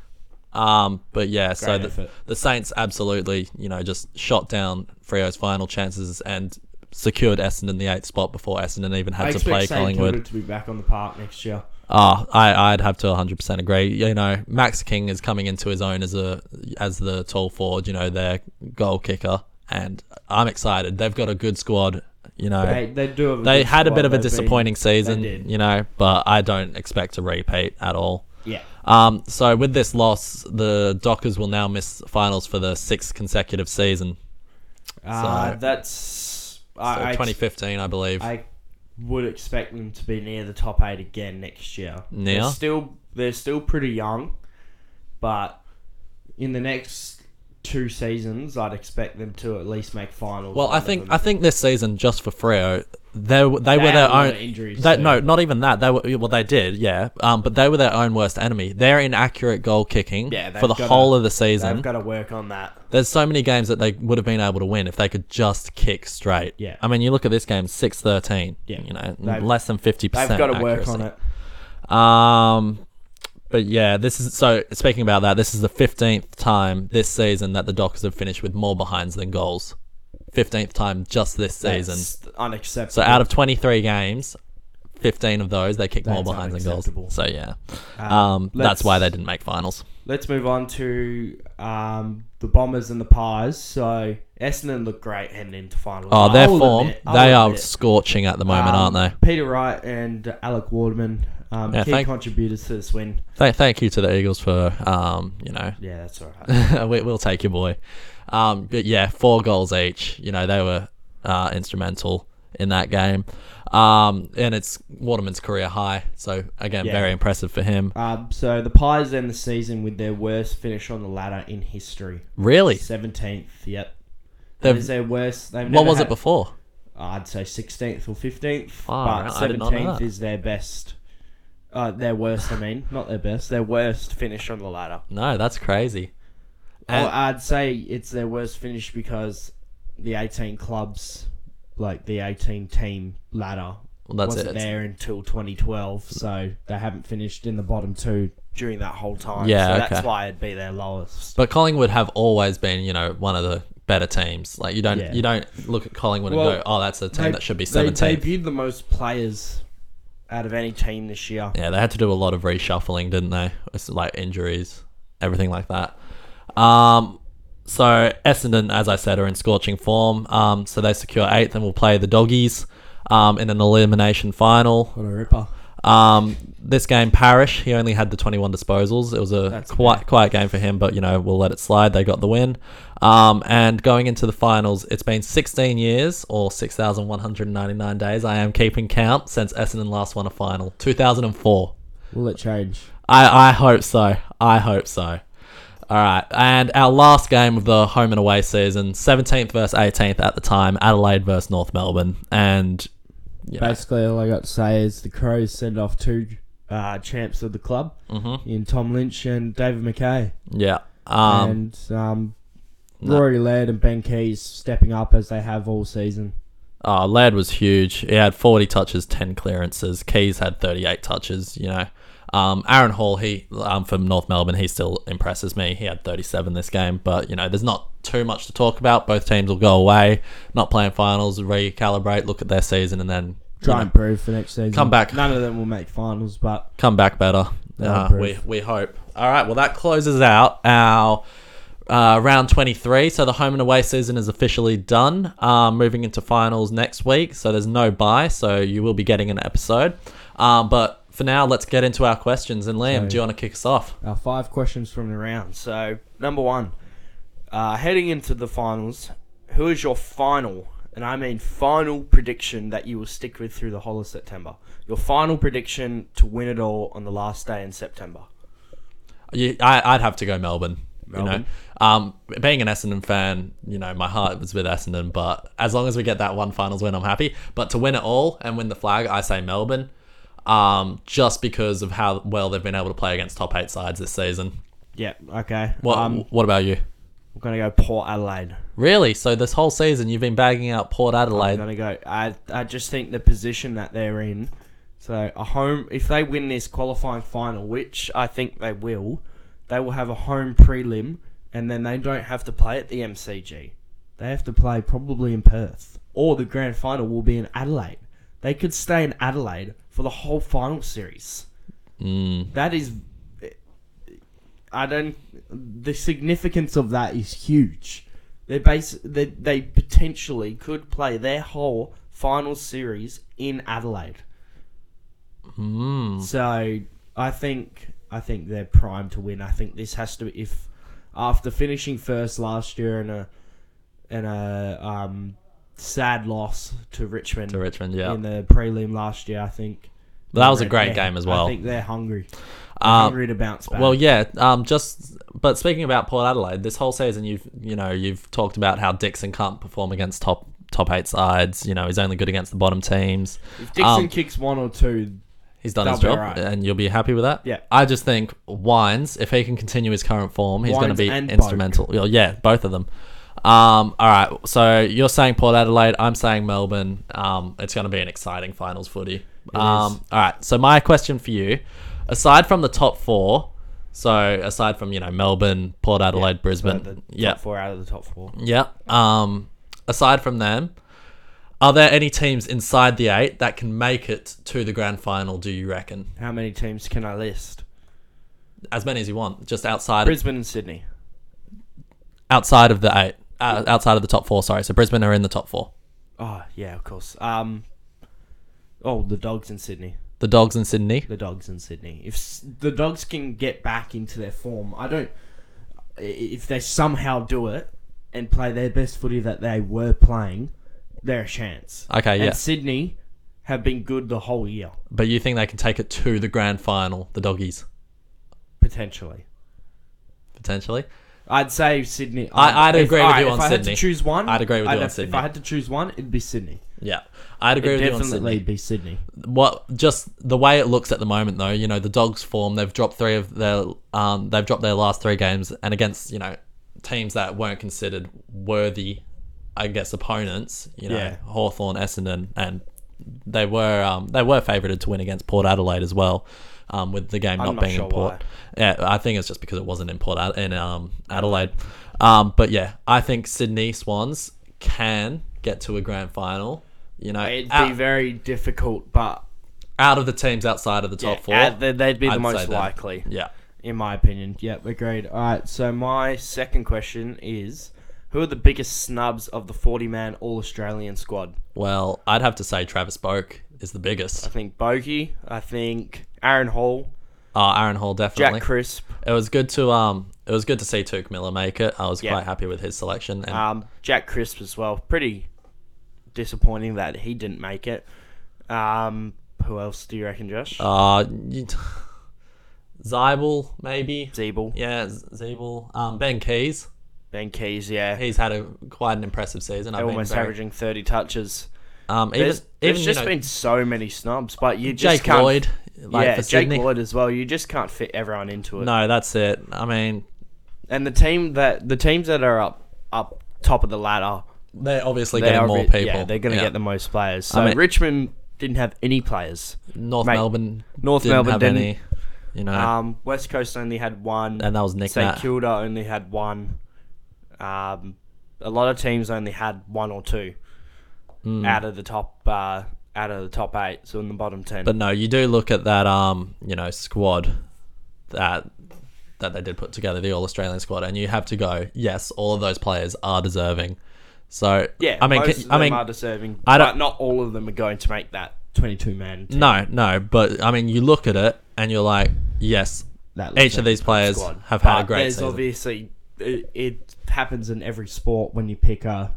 A: Um, but yeah, so
B: Great
A: the,
B: effort.
A: the Saints absolutely, you know, just shot down Frio's final chances and secured Essendon the eighth spot before Essendon even had to play Collingwood.
B: to be back on the park next year.
A: Ah, I, I'd have to 100% agree. You know, Max King is coming into his own as a as the tall forward. You know, their goal kicker, and I'm excited. They've got a good squad. You know,
B: They, they do. Have a
A: they
B: good
A: had a
B: squad.
A: bit of a
B: They've been-
A: disappointing season,
B: did.
A: you know, but I don't expect a repeat at all.
B: yeah.
A: Um, so with this loss, the Dockers will now miss finals for the sixth consecutive season.
B: Uh,
A: So-
B: that's
A: So
B: I, I,
A: 2015, I believe.
B: I would expect them to be near the top eight again next year.
A: Near?
B: They're still they're still pretty young, but in the next two seasons, I'd expect them to at least make finals.
A: well, I
B: One of
A: think
B: them-
A: I think this season just for Freo, they were- they,
B: They
A: were
B: had
A: their
B: a lot
A: own
B: of injuries
A: They,
B: too.
A: no, not even that. They were well, they did, yeah. Um, but they were their own worst enemy. They're inaccurate goal kicking
B: Yeah, they've
A: for the
B: gotta-
A: whole of the
B: they've
A: season.
B: got to work on that.
A: There's so many games that they would have been able to win if they could just kick straight.
B: Yeah.
A: I mean, you look at this game, six thirteen.
B: Yeah.
A: You know,
B: They've-
A: less than fifty
B: They've
A: percent.
B: got to work on it.
A: Um, but yeah, this is so. Speaking about that, this is the fifteenth time this season that the Dockers have finished with more behinds than goals. Fifteenth time just this season.
B: That's unacceptable.
A: So out of twenty-three games, 15 of those, they kicked more
C: That's
A: behinds than goals.
C: unacceptable.
A: So yeah,
B: Um,
A: um, that's why they
B: let's-
A: didn't make finals.
B: Let's move on to um, the Bombers and the Pies. So Essendon look great heading into finals.
A: Oh,
B: I
A: their
B: will
A: form,
B: admit- I
A: they
B: will
A: are
B: admit.
A: scorching at the moment,
B: Um,
A: aren't
B: Peter Wright and Alec Waterman, um,
A: Yeah,
B: key
A: thank-
B: contributors to this win.
A: they? Th- thank you to the Eagles for, um, you know, (laughs)
B: Yeah, that's all right. (laughs)
A: we, we'll take your boy. Um, but yeah, four goals each. You know, they were uh, instrumental in that game. Um, and it's Waterman's career high. So again,
B: Yeah.
A: very impressive for him.
B: Um, so the Pies end the season with their worst finish on the ladder in history.
A: Really?
B: Seventeenth, yep. That
A: They've-
B: is their worst. They've
A: What
B: never
A: was
B: had,
A: it before?
B: I'd say sixteenth or fifteenth,
A: Oh,
B: but
A: right, I did not know
B: seventeenth
A: that.
B: is their best. Uh, their worst, I mean, not their best. Their worst finish on the ladder.
A: No, that's crazy.
B: Well,
A: And-
B: I'd say it's their worst finish because the 18 clubs, like the 18 team ladder,
A: Well, that's
B: wasn't
A: it.
B: there until 2012. So they haven't finished in the bottom two during that whole time.
A: Yeah,
B: so that's
A: okay.
B: why it'd be their lowest.
A: But Collingwood have always been, you know, one of the better teams. Like you don't
B: Yeah.
A: you don't look at Collingwood
B: Well,
A: and go, oh, that's the team that should be
B: They
A: seventeenth.
B: debuted the most players out of any team this year.
A: Yeah, they had to do a lot of reshuffling, didn't they? It's like injuries, everything like that. Um, so Essendon, as I said, are in scorching form. Um, so they secure eighth and will play the Doggies um, in an elimination final.
C: What a ripper.
A: Um, this game, Parrish, he only had the 21 disposals. It was a
B: That's
A: quite quiet game for him, but you know we'll let it slide. They got the win. Um, and going into the finals, it's been 16 years or 6,199 days. I am keeping count since Essendon last won a final, 2004.
C: Will it change?
A: I, I hope so. I hope so. All right. And our last game of the home and away season, 17th versus 18th at the time, Adelaide versus North Melbourne. And yeah,
C: Basically, all I got to say is the Crows send off two
B: Uh, champs of the club
A: hmm
C: in Tom Lynch and David McKay.
A: yeah. Um,
C: and um,
A: no.
C: Rory Laird and Ben Keys stepping up as they have all season.
A: oh, Laird was huge. He had 40 touches, 10 clearances. Keys had 38 touches, you know. Um, Aaron Hall, he um, from North Melbourne, he still impresses me. He had 37 this game, but you know, there's not too much to talk about. Both teams will go away, not playing finals, recalibrate, look at their season, and then you
C: Try
A: know,
C: and improve for next season.
A: come back
C: None of them will make finals, but
A: come back better
C: Yeah,
A: uh,
C: proof.
A: we, we hope all right well that closes out our uh, round 23 so the home and away season is officially done um, moving into finals next week so there's no buy so you will be getting an episode um, but for now let's get into our questions and liam
C: So-
A: do you want to kick us off
B: Uh, five questions from the round. So, number one, uh, heading into the finals, who is your final, and I mean final prediction that you will stick with through the whole of September? Your final prediction to win it all on the last day in September.
A: you, I, i'd have to go melbourne you
B: Melbourne.
A: know um, being an essendon fan you know my heart was with essendon but as long as we get that one finals win i'm happy but to win it all and win the flag i say melbourne um, just because of how well they've been able to play against top eight sides this season.
B: Yeah, okay.
A: What
B: um,
A: What about you?
B: I'm going to go Port Adelaide.
A: Really? So this whole season you've been bagging out Port
B: I'm
A: Adelaide.
B: going to go. I, I just think the position that they're in. So, a home, if they win this qualifying final, which I think they will, they will have a home prelim and then they don't have to play at the MCG. They have to play probably in Perth, or the grand final will be in Adelaide. They could stay in Adelaide for the whole final series.
A: Mm,
B: That is, I don't. The significance of that is huge. They base they, they potentially could play their whole final series in Adelaide.
A: mm.
B: So I think I think they're primed to win. I think this has to if after finishing first last year and a and a um, sad loss to Richmond
A: To Richmond, yeah.
B: in the prelim last year, I think
A: That was a
B: they're-
A: great
B: they're-
A: game as well.
B: I think they're hungry, They're
A: Um,
B: hungry to bounce back.
A: Well, yeah. Um, just but speaking about Port Adelaide, this whole season you've you know you've talked about how Dixon can't perform against top top eight sides. You know he's only good against the bottom teams.
B: if Dixon
A: um,
B: kicks one or two,
A: He's done
B: They'll
A: his
B: be
A: job,
B: alright.
A: and you'll be happy with that.
B: Yeah.
A: I just think Wines, if he can continue his current form, he's going to
B: Wines
A: be
B: and
A: instrumental. Well, yeah, both of them. Um, all right. So you're saying Port Adelaide. I'm saying Melbourne. Um, it's going to be an exciting finals footy. Um, all right. So my question for you, aside from the top four, so aside from you know Melbourne, Port Adelaide,
B: so
A: Brisbane,
B: the top
A: yeah,
B: four out of the top four.
A: yeah. Um, aside from them, Are there any teams inside the eight that can make it to the grand final? Do you reckon?
B: How many teams can I list?
A: As many as you want, just outside of,
B: Brisbane and Sydney.
A: outside of the eight, uh, outside of the top four. Sorry, so Brisbane are in the top four.
B: Oh yeah, of course. Um, oh the dogs in Sydney.
A: The Dogs in Sydney.
B: The dogs in Sydney. If s- the dogs can get back into their form, I don't. i- If they somehow do it and play their best footy that they were playing, they're a chance.
A: Okay, yeah.
B: And Sydney have been good the whole year
A: But you think they can take it to the grand final, the doggies,
B: potentially.
A: potentially?
B: I'd say Sydney.
A: I- I'd
B: if-
A: agree with
B: alright,
A: you on
B: if I had
A: Sydney.
B: to choose one,
A: I'd agree with you on
B: have- If
A: Sydney.
B: I had to choose one, it'd be Sydney.
A: Yeah, I'd agree
B: It'd
A: with you on
B: definitely
A: Sydney.
B: be Sydney.
A: What just the way it looks at the moment, though, you know, the dogs' form. They've dropped three of their, um, they've dropped their last three games, and against you know teams that weren't considered worthy, I guess, opponents. You know,
B: Yeah.
A: Hawthorn, Essendon, and they were um, they were favoured to win against Port Adelaide as well. Um, with the game
B: I'm
A: not,
B: not
A: being
B: sure
A: in Port,
B: why.
A: yeah, I think it's just because it wasn't in Port Ad- in um, Adelaide. Um, but yeah, I think Sydney Swans can get to a grand final. You know,
B: It'd
A: out,
B: be very difficult, but
A: out of the teams outside of the top four,
B: yeah, uh, they- they'd be the
A: I'd say
B: most
A: them.
B: likely.
A: yeah.
B: in my opinion. Yep, agreed. All right, so my second question is who are the biggest snubs of the 40 man All Australian squad?
A: Well, I'd have to say Travis Boak is the biggest.
B: I think Bogey, I think Aaron Hall,
A: Uh, Aaron Hall
B: Jack
A: definitely.
B: Crisp,
A: it was good to um, it was good to see Tuke Miller make it. I was
B: Yeah.
A: quite happy with his selection. And
B: um, Jack Crisp as well. Pretty disappointing that he didn't make it. Um, who else do you reckon, Josh?
A: uh, you t- (sighs) Zeibel maybe.
B: Zeeble,
A: Yeah, Z- Zeebel. Um, ben Keys.
B: Ben Keys, yeah.
A: He's had a quite an impressive season. I've been
B: almost
A: very-
B: averaging 30 touches.
A: Um, even
B: There's,
A: even
B: there's
A: you
B: just
A: know,
B: been so many snubs, but you just
A: Jake
B: can't.
A: Lloyd, like
B: yeah,
A: for
B: Jake
A: Sydney.
B: Lloyd as well. You just can't fit everyone into it.
A: No, that's it. I mean,
B: And the team that the teams that are up up top of the ladder,
A: they're obviously
B: they
A: getting
B: are
A: more
B: re-
A: people.
B: Yeah, they're going to
A: Yeah.
B: get the most players. So
A: I mean-
B: Richmond didn't have any players.
A: North
B: Mate,
A: Melbourne.
B: North
A: didn't
B: Melbourne
A: have
B: didn't.
A: any. You know,
B: Um, West Coast only had one.
A: and that was Nick.
B: St
A: Nat.
B: Kilda only had one. Um, a lot of teams only had one or two
A: Hmm.
B: out of the top uh, out of the top eight. So in the bottom ten.
A: But no, you do look at that. Um, you know, squad that that they did put together, the All Australian squad, and you have to go. Yes, all of those players are deserving. So
B: yeah,
A: I mean,
B: most
A: can-
B: of them
A: I mean,
B: are deserving.
A: I don't-
B: but not all of them are going to make that twenty-two man. team.
A: No, no, but I mean, you look at it and you're like, yes,
C: That
A: each of
C: looks
A: these players
B: squad.
A: have had a
B: But
A: great
B: there's
A: season.
B: obviously it, it
C: happens in every sport when you pick a.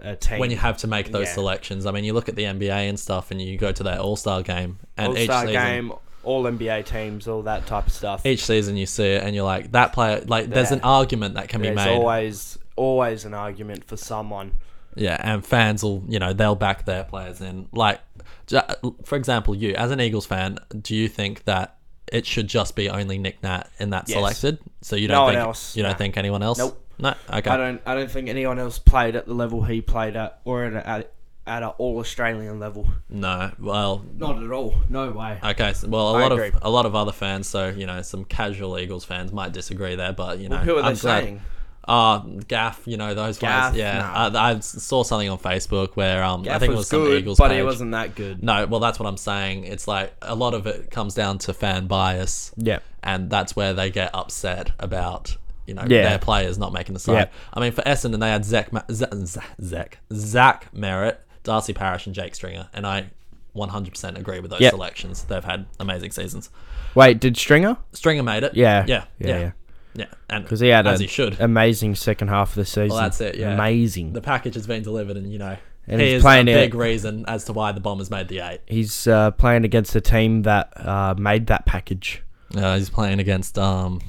B: a team
A: when you have to make those
B: Yeah.
A: selections, I mean, you look at the NBA and stuff, and you go to that All Star game, and
B: All
A: each
B: Star
A: season,
B: game, all NBA teams, all that type of stuff.
A: each season you see it, and you're like, that player, like, there's an
B: Yeah.
A: argument that can be
B: There's
A: made.
B: always always an argument for someone.
A: Yeah, and fans will, you know, they'll back their players in. Like, ju- for example, you as an Eagles fan, do you think that it should just be only Nick Nat in that
B: Yes.
A: selected? So you don't
B: No one
A: think
B: else,
A: you don't
B: nah.
A: think anyone else?
B: Nope.
A: No. Okay.
B: I don't I don't think anyone else played at the level he played at or at a, at, at an all Australian level.
A: No. Well.
B: Not at all. No way.
A: Okay. So, well, a
B: I
A: lot
B: agree.
A: of a lot of other fans. So you know, some casual Eagles fans might disagree there, but you know,
B: Who are they
A: I'm glad-
B: saying?
A: Ah, Gaff. You know those
B: Gaff,
A: guys. Yeah.
B: nah.
A: I, I saw something on Facebook where um I
B: Gaff
A: think it
B: was,
A: was some
B: good,
A: Eagles
B: but
A: page.
B: it wasn't that good.
A: No, well, that's what I'm saying. It's like a lot of it comes down to fan bias.
B: Yeah.
A: And that's where they get upset about, you know,
B: Yeah.
A: their players not making the side.
B: Yeah.
A: I mean, for Essendon, they had Zach, Ma- Z- Z- Zach, Zach Merritt, Darcy Parish, and Jake Stringer. And I 100% agree with those
B: Yep.
A: selections. They've had amazing seasons.
B: Wait, did Stringer?
A: Stringer made it.
B: Yeah.
A: Yeah.
B: Yeah,
A: Yeah.
B: yeah.
A: Yeah. And
B: Because he had
A: as
B: an
A: he should.
B: amazing second half of the season.
A: Well, that's it, yeah.
B: Amazing.
A: the package has been delivered, and, you know,
B: And
A: he
B: he's
A: is a
B: playing it-
A: big reason as to why the Bombers made the eight.
B: He's uh, playing against a team that uh, made that package.
A: Uh, he's playing against um,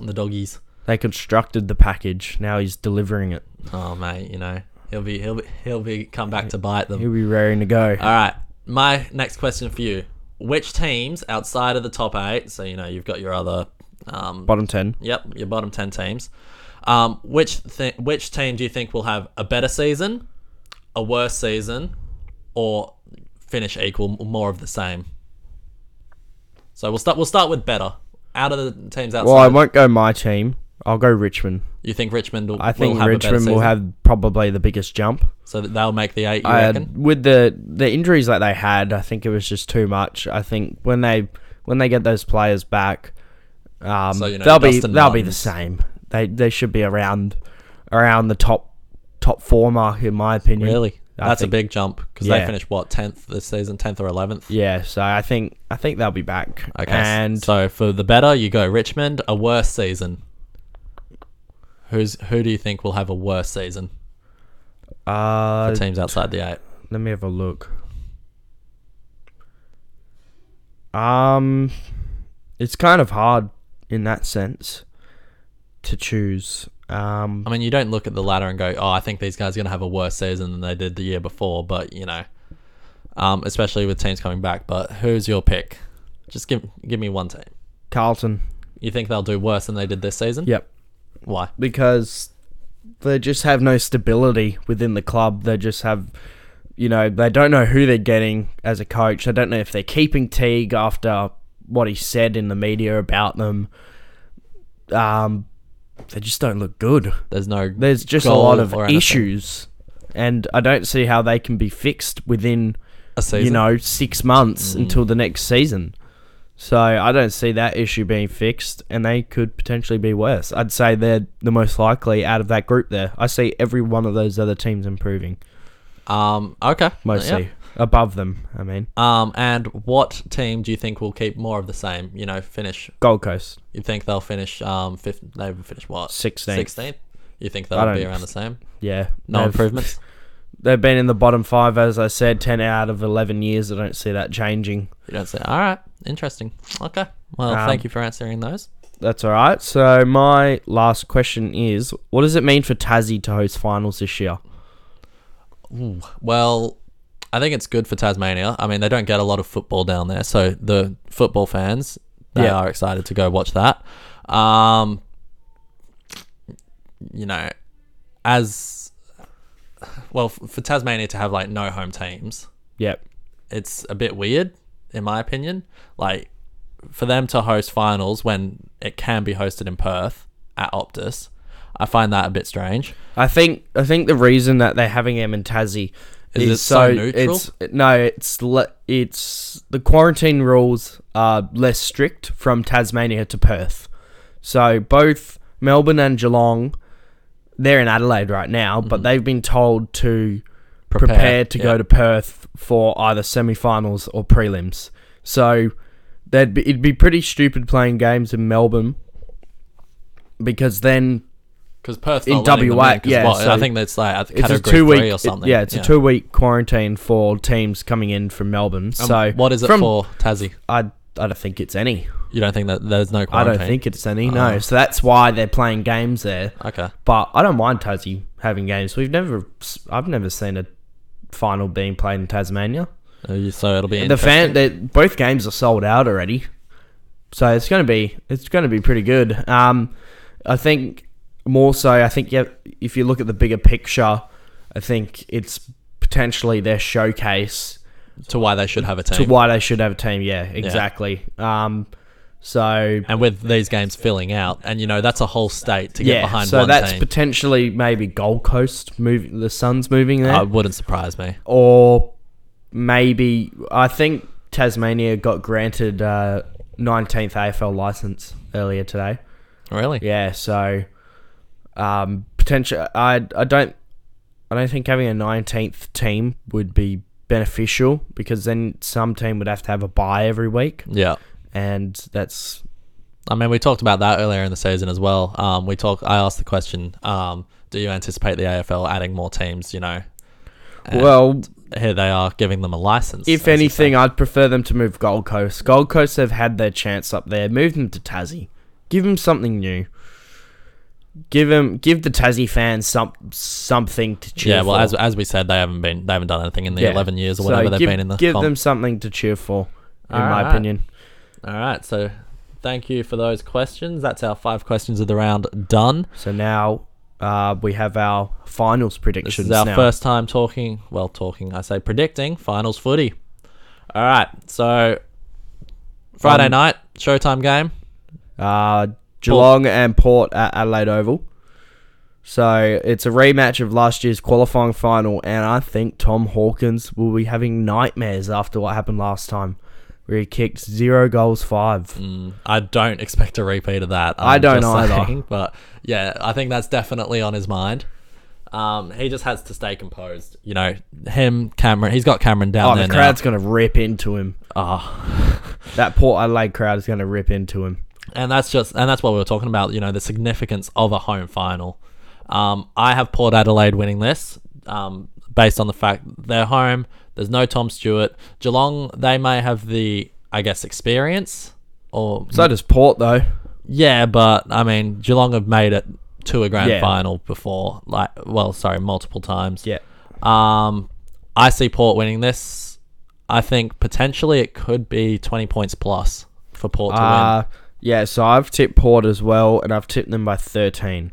A: the doggies.
B: They constructed the package. Now he's delivering it.
A: Oh mate, you know he'll be he'll be, he'll be come back to bite them.
B: He'll be raring to go.
A: All right, my next question for you: Which teams outside of the top eight? So you know you've got your other, um,
B: Bottom ten.
A: yep, your bottom ten teams. Um, which th- which team do you think will have a better season, a worse season, or finish equal, more of the same? So we'll start we'll start with better out of the teams outside.
B: Well, I won't go my team I'll go Richmond.
A: You think Richmond will?
B: I think
A: will have a better
B: Richmond will
A: season?
B: have probably the biggest jump.
A: so that they'll make the eight. You
B: I
A: reckon?
B: with the the injuries that they had, I think it was just too much. I think when they when they get those players back, um,
A: So, you know,
B: they'll be
A: Dustin
B: they'll be the
A: Martins.
B: same. They they should be around around the top top four mark in my opinion.
A: Really?
B: I
A: That's a
B: think-
A: big jump because they
B: Yeah.
A: finished what tenth this season, tenth or eleventh.
B: Yeah, so I think I think they'll be back.
A: Okay. s-
B: and
A: so for the better, you go Richmond. A worse season. Who's who do you think will have a worse season?
B: uh,
A: The teams outside the eight.
B: let me have a look. Um, it's kind of hard in that sense to choose. Um,
A: I mean, you don't look at the ladder and go, "Oh, I think these guys are going to have a worse season than they did the year before." But you know, um, especially with teams coming back. But who's your pick? Just give give me one team.
B: Carlton.
A: You think they'll do worse than they did this season?
B: Yep.
A: Why?
B: Because they just have no stability within the club. They just have, you know, they don't know who they're getting as a coach. They don't know if they're keeping Teague after what he said in the media about them. Um, they just don't look good.
A: There's no.
B: There's just a
A: goal
B: lot of
A: or anything.
B: issues, and I don't see how they can be fixed within
A: A season. Mm.
B: you know six months until the next season. So I don't see that issue being fixed, and they could potentially be worse. I'd say they're the most likely out of that group. There, I see every one of those other teams improving,
A: Um. Okay.
B: mostly
A: Yeah.
B: above them. I mean,
A: Um. And what team do you think will keep more of the same? You know, finish.
B: Gold Coast.
A: You think they'll finish? Um. Fifth. They would finish what?
B: 16th.
A: Sixteenth. You think
B: I
A: they'll be
B: don't-
A: around the same?
B: Yeah,
A: No
B: they've-
A: improvements.
B: They've been in the bottom five, as I said, ten out of eleven years. I don't see that changing.
A: You don't say. All right. Interesting. Okay. Well,
B: Um,
A: thank you for answering those.
B: That's all right. So my last question is: What does it mean for Tassie to host finals this year?
A: Well, I think it's good for Tasmania. I mean, they don't get a lot of football down there, so the football fans they
B: Yeah.
A: are excited to go watch that. Um, you know, as well f- for Tasmania to have like no home teams,
B: Yep.
A: it's a bit weird, in my opinion. Like for them to host finals when it can be hosted in Perth at Optus, I find that a bit strange.
B: I think I think the reason that they're having them in Tassie
A: Is
B: is,
A: it so
B: so,
A: neutral?
B: It's, no, it's le- it's the quarantine rules are less strict from Tasmania to Perth. So both Melbourne and Geelong, they're in Adelaide right now, but they've been told to prepare, to
A: yeah.
B: go to Perth for either semi-finals or prelims. So they'd be, it'd be pretty stupid playing games in Melbourne because then
A: because Perth
B: in
A: not letting them
B: WA,
A: 'cause
B: yeah,
A: what, I
B: so
A: think that's like at
B: it's a
A: category
B: two
A: three
B: week
A: or something.
B: yeah, it's a two week quarantine for teams coming in from Melbourne.
A: Um,
B: so
A: what is it
B: from-
A: for Tassie?
B: I I don't think it's any.
A: You don't think that there's no
B: I
A: quarantine?
B: don't think it's any.
A: Oh.
B: No, so that's why they're playing games there.
A: Okay.
B: But I don't mind Tassie having games. We've never I've never seen a final being played in Tasmania.
A: Uh, you- So it'll be
B: The fan they, both games are sold out already. So it's gonna be it's gonna be pretty good. Um, I think more so. I think yeah, if you look at the bigger picture, I think it's potentially their showcase
A: in- to why they should have a
B: to
A: team.
B: why they should have a team. Yeah, exactly. Um, so
A: and with these games filling out, and you know that's a whole state to get
B: yeah,
A: behind
B: so
A: one
B: that's
A: team.
B: potentially maybe Gold Coast moving the Suns moving there,
A: uh, wouldn't surprise me.
B: or maybe I think Tasmania got granted uh, 19th AFL license earlier today.
A: Really?
B: Yeah, so um, potential. I I don't I don't think having a 19th team would be beneficial because then some team would have to have a bye every week,
A: Yeah.
B: and that's
A: I mean, we talked about that earlier in the season as well. Um, we talked. I asked the question: um, Do you anticipate the AFL adding more teams? You know,
B: uh,
A: And
B: well.
A: here they are giving them a license. as
B: If
A: you say.
B: anything, I'd prefer them to move Gold Coast. Gold Coast have had their chance up there. Move them to Tassie. Give them something new. Give them, give the Tassie fans some something to cheer
A: yeah, well,
B: for.
A: as, as we said, they haven't been they haven't done anything in the
B: Yeah.
A: eleven years or
B: So
A: whatever they've
B: give,
A: been in the
B: give
A: comp.
B: them something to cheer for, in
A: All
B: my
A: right.
B: opinion.
A: All right, so thank you for those questions. That's our five questions of the round done.
B: So now uh, we have our finals
A: This
B: predictions.
A: is our
B: now.
A: first time talking, well, talking, I say predicting finals footy. All right, so Friday
B: Um,
A: night showtime game.
B: Uh, Geelong and Port at Adelaide Oval. So it's a rematch of last year's qualifying final, and I think Tom Hawkins will be having nightmares after what happened last time, where he kicked zero goals, five.
A: Mm, I don't expect a repeat of that.
B: I
A: I'm
B: don't
A: just
B: either.
A: saying, (laughs) but yeah, I think that's definitely on his mind. Um, he just has to stay composed. You know, him, Cameron. He's got Cameron down
B: Oh,
A: there
B: the crowd's gonna rip into him.
A: now. Oh,
B: That Port Adelaide crowd is gonna rip into him.
A: and that's just and that's what we were talking about. You know, the significance of a home final. Um, I have Port Adelaide winning this, um, based on the fact they're home. There's no Tom Stewart. Geelong, they may have the, I guess, experience or
B: So does Port though.
A: Yeah, but I mean, Geelong have made it to a grand
B: Yeah.
A: final before. Like, well, sorry, multiple times.
B: Yeah.
A: Um, I see Port winning this. I think potentially it could be twenty points plus for Port to
B: Uh, yeah. So I've tipped Port as well, and I've tipped them by thirteen.
A: win.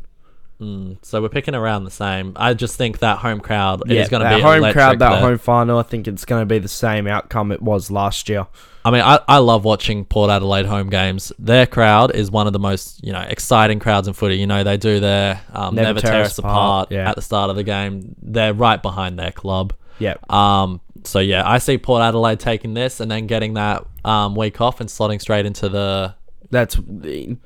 A: Mm, So we're picking around the same. I just think that home crowd it is going to
B: that
A: be
B: home
A: electric
B: crowd, that
A: there.
B: home final. I think it's gonna be the same outcome it was last year.
A: I mean, I, I love watching Port Adelaide home games. Their crowd is one of the most you know exciting crowds in footy. You know, they do their um, never, tear, us apart,
B: yeah.
A: at the start of the game. They're right behind their club.
B: Yeah.
A: Um, so yeah, I see Port Adelaide taking this and then getting that um, week off and slotting straight into the.
B: That's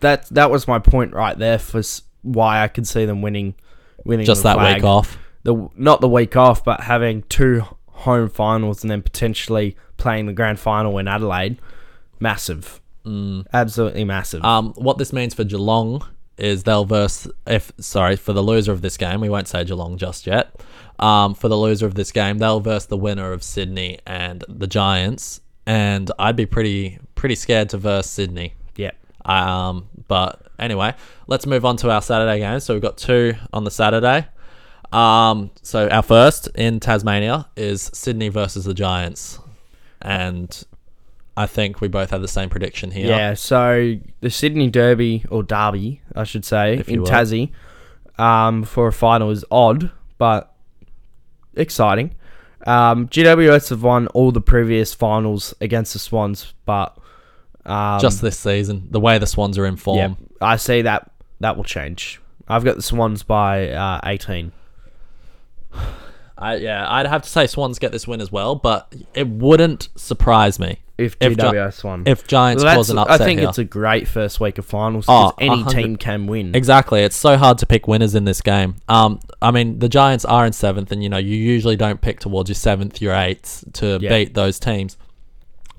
B: that. That was my point right there for s- why I could see them winning, winning
A: Just
B: the
A: that
B: flag.
A: week off.
B: The not the week off, but having two home finals and then potentially playing the grand final in Adelaide, massive, mm. absolutely massive.
A: Um, what this means for Geelong is they'll verse if sorry for the loser of this game. We won't say Geelong just yet. Um, for the loser of this game, they'll verse the winner of Sydney and the Giants. And I'd be pretty pretty scared to verse Sydney.
B: yeah.
A: Um, but anyway, let's move on to our Saturday games. So we've got two on the Saturday. Um, so our first in Tasmania is Sydney versus the Giants, and I think we both have the same prediction here.
B: Yeah, so the Sydney Derby or Derby, I should say,
A: If you
B: in
A: will.
B: Tassie, um, for a final is odd but exciting. Um, GWS have won all the previous finals against the Swans, but um,
A: Just this season, the way the Swans are in form.
B: yeah, I see that that will change. I've got the Swans by uh, eighteen.
A: I yeah, I'd have to say Swans get this win as well, but it wouldn't surprise me
B: If
A: If Gi-
B: GWS won,
A: if Giants
B: Well,
A: cause an
B: that's-
A: upset
B: I think
A: here.
B: it's a great first week of finals
A: Oh,
B: because any
A: 100
B: team can win.
A: Exactly. It's so hard to pick winners in this game. Um, I mean, the Giants are in seventh, and you know you usually don't pick towards your seventh, your eighth to
B: Yeah.
A: beat those teams.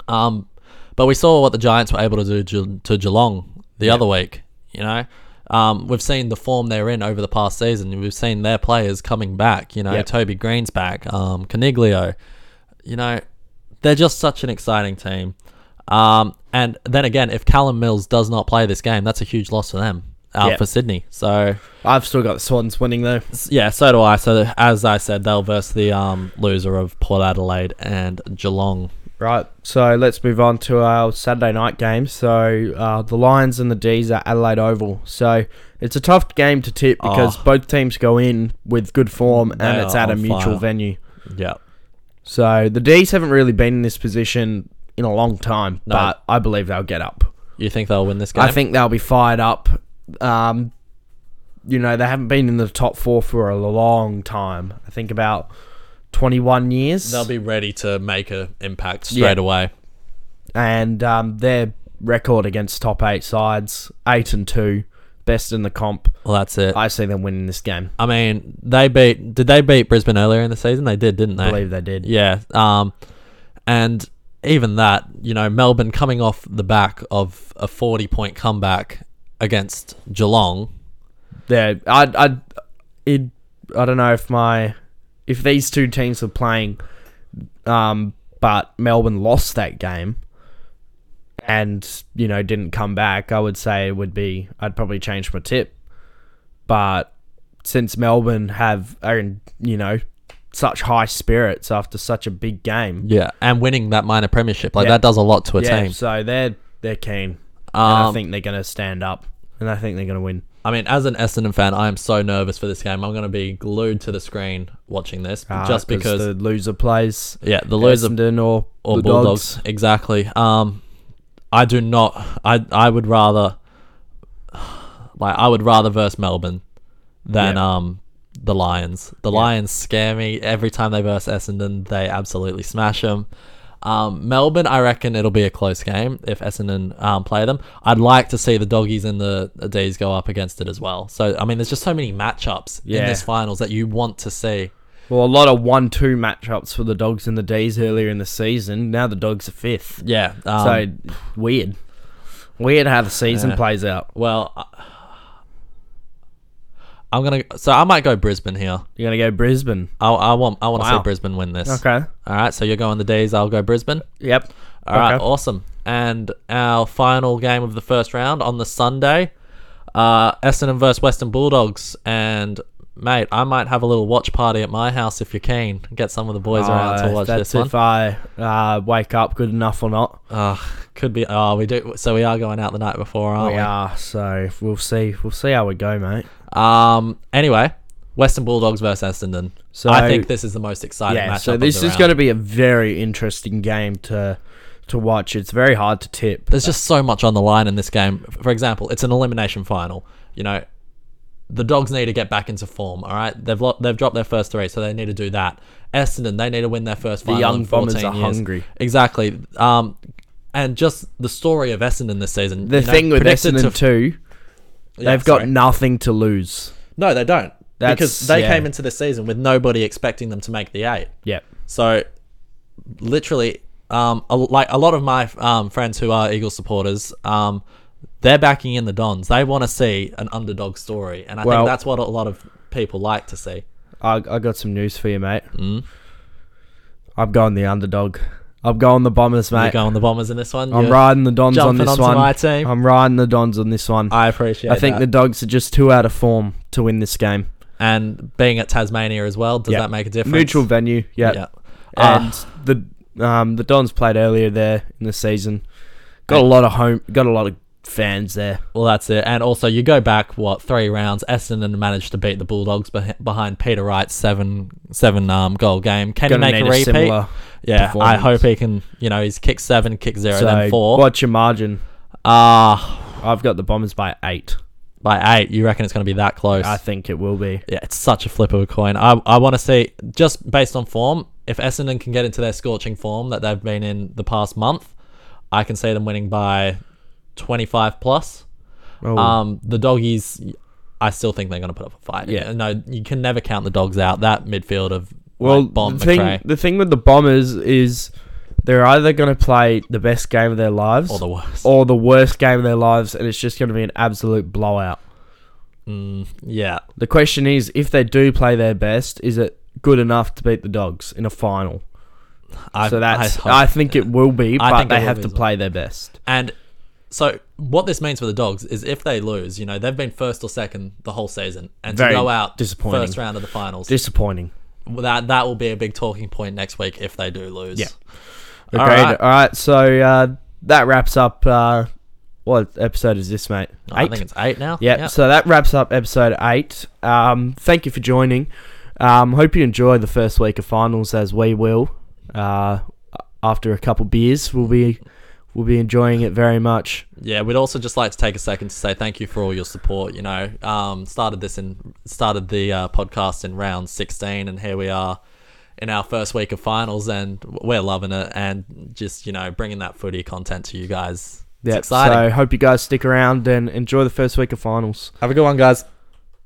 A: Um, but we saw what the Giants were able to do Ge- to Geelong the other week. You know, um, we've seen the form they're in over the past season. We've seen their players coming back. You know,
B: Yep.
A: Toby Green's back, um, Caniglio. You know, they're just such an exciting team. Um, and then again, if Callum Mills does not play this game, that's a huge loss for them. Uh,
B: Yeah.
A: For Sydney, so
B: I've still got the Swans winning though.
A: s- yeah, so do I. So as I said, they'll verse the um, loser of Port Adelaide and Geelong.
B: Right, so let's move on to our Saturday night game. So uh, the Lions and the D's at Adelaide Oval. So it's a tough game to tip because
A: Oh.
B: both teams go in with good form and
A: They
B: it's
A: are
B: at a
A: on
B: mutual
A: fire.
B: venue.
A: Yeah,
B: So the D's haven't really been in this position in a long time,
A: No.
B: but I believe they'll get up.
A: you think they'll win this game?
B: I think they'll be fired up. Um, you know, they haven't been in the top four for a long time. I think about 21 years.
A: they'll be ready to make an impact straight away.
B: and um, their record against top eight sides, eight and two, best in the comp.
A: Well, that's it. I,
B: I see them winning this game.
A: mean, they beat. Did they beat Brisbane earlier in the season? They did, didn't they?
B: I believe they did.
A: Yeah. Um, and even that, you know, Melbourne coming off the back of a forty-point comeback against Geelong.
B: They're, I'd, I'd, it, I don't know if my, if these two teams were playing, um, but Melbourne lost that game, and you know didn't come back. I would say it would be. I'd probably change my tip, but since Melbourne have are in, you know, such high spirits after such a big game,
A: Yeah, and winning that minor premiership, like
B: Yeah.
A: that does a lot to a
B: yeah,
A: team.
B: So they're they're keen. and I
A: Um,
B: think they're going to stand up, and I think they're going to win.
A: I mean, as an Essendon fan, I am so nervous for this game. I'm going to be glued to the screen watching this
B: Uh,
A: just because,
B: the loser plays
A: yeah, the loser
B: Essendon or,
A: or
B: the
A: Bulldogs.
B: Dogs.
A: exactly. Um, I do not. I I would rather. Like I would rather verse Melbourne than
B: Yeah.
A: um the Lions. The
B: Yeah.
A: Lions scare me every time they verse Essendon. They absolutely smash them. Um, Melbourne, I reckon it'll be a close game if Essendon um, play them. I'd like to see the doggies and the D's go up against it as well. So I mean, there's just so many matchups in
B: Yeah.
A: this finals that you want to see.
B: Well, a lot of one-two matchups for the Dogs and the D's earlier in the season. Now the Dogs are fifth.
A: Yeah. Um,
B: so weird, weird how the season
A: Yeah.
B: plays out.
A: well, I- I'm gonna. So I might go Brisbane here.
B: You're gonna go Brisbane.
A: I, I want I want to
B: Wow.
A: see Brisbane win this.
B: Okay.
A: All right, so you're going the D's, I'll go Brisbane.
B: Yep.
A: All right,
B: Okay.
A: awesome. And our final game of the first round on the Sunday, uh, Essendon versus Western Bulldogs. And mate, I might have a little watch party at my house if you're keen. Get some of the boys around
B: Uh,
A: to watch
B: that's
A: this one.
B: if I uh, wake up good enough or not.
A: Uh, could be. Oh, we do. So we are going out the night before, aren't
B: we are. So we'll see. We'll see how we go, mate.
A: we? Um. Anyway, Western Bulldogs versus Essendon.
B: So
A: I think this is the most exciting
B: yeah.
A: matchup.
B: So this is
A: going
B: going to be a very interesting game to to watch. It's very hard to tip.
A: there's just so much on the line in this game. For example, it's an elimination final. You know, the Dogs need to get back into form. All right, they've lo- they've dropped their first three, so they need to do that. Essendon, they need to win their first. Final
B: young
A: in
B: Bombers
A: 14
B: are
A: years.
B: hungry.
A: Exactly. Um, and just the story of Essendon this season.
B: The
A: you know,
B: thing with
A: predicted
B: Essendon
A: to-
B: too,
A: Yeah,
B: they've got
A: sorry.
B: nothing to lose.
A: no, they don't.
B: That's-
A: because they
B: yeah.
A: came into this season with nobody expecting them to make the eight.
B: Yep.
A: So, literally, um, a, like a lot of my um, friends who are Eagles supporters, um, they're backing in the Dons. They want to see an underdog story, and I
B: Well-
A: think that's what a lot of people like to see.
B: I, I got some news for you, mate.
A: Mm.
B: I'm going the underdog. I'm going the Bombers,
A: You're
B: mate.
A: going the Bombers in this one.
B: I'm
A: You're-
B: riding the Dons on
A: jumping
B: this
A: onto
B: one.
A: my team.
B: I'm riding the Dons on this one. I,
A: I appreciate.
B: think the
A: that.
B: Dogs are just too out of form to win this game.
A: and being at Tasmania as well, does
B: Yeah.
A: that make a difference?
B: Neutral venue, yeah.
A: Yeah. Uh,
B: And the um the Dons played earlier there in the season. Got a lot of home. Got a lot of fans there.
A: well, that's it. And also, you go back what three rounds? Essendon managed to beat the Bulldogs beh- behind Peter Wright's seven seven um goal game. Can he
B: Gonna
A: make
B: need
A: a
B: a
A: repeat?
B: similar.
A: Yeah, I
B: performance.
A: hope he can. You know, he's kick seven, kick zero,
B: So
A: then four.
B: what's your margin?
A: Ah,
B: I've got the Bombers by eight.
A: by eight, you reckon it's going to be that close?
B: I think it will be.
A: yeah, it's such a flip of a coin. I I want to see just based on form. If Essendon can get into their scorching form that they've been in the past month, I can see them winning by twenty five plus.
B: Oh,
A: Um, the doggies, I still think they're going to put up a fight.
B: Yeah.
A: no, you can never count the dogs out. That midfield of
B: Well,
A: like, bomb
B: the thing
A: McRae
B: the thing with the Bombers is they're either going to play the best game of their lives
A: or the worst.
B: or the worst game of their lives, and it's just going to be an absolute blowout.
A: Mm, yeah,
B: The question is, if they do play their best, is it good enough to beat the Dogs in a final?
A: I,
B: so that's
A: hope-
B: I, think it will be,
A: I
B: but
A: think it
B: they
A: will
B: have
A: be
B: to
A: as well.
B: play their best.
A: And so what this means for the dogs is if they lose, you know, they've been first or second the whole season and
B: Very
A: to go out
B: disappointing.
A: first round of the finals.
B: Disappointing.
A: that that will be a big talking point next week if they do lose.
B: Yeah.
A: All
B: Okay. All right.
A: right.
B: so uh, that wraps up. Uh, what episode is this, mate?
A: I think it's 8 now.
B: Yep.
A: Yeah.
B: So that wraps up episode eight. Um, thank you for joining. Um, hope you enjoy the first week of finals as we will. Uh, after a couple beers, we'll be we'll be enjoying it very much.
A: Yeah, we'd also just like to take a second to say thank you for all your support. You know, um, started this in started the uh, podcast in round sixteen, and here we are in our first week of finals, and we're loving it, and just you know bringing that footy content to you guys. It's
B: Yep,
A: exciting.
B: So hope you guys stick around and enjoy the first week of finals.
A: Have a good one, guys.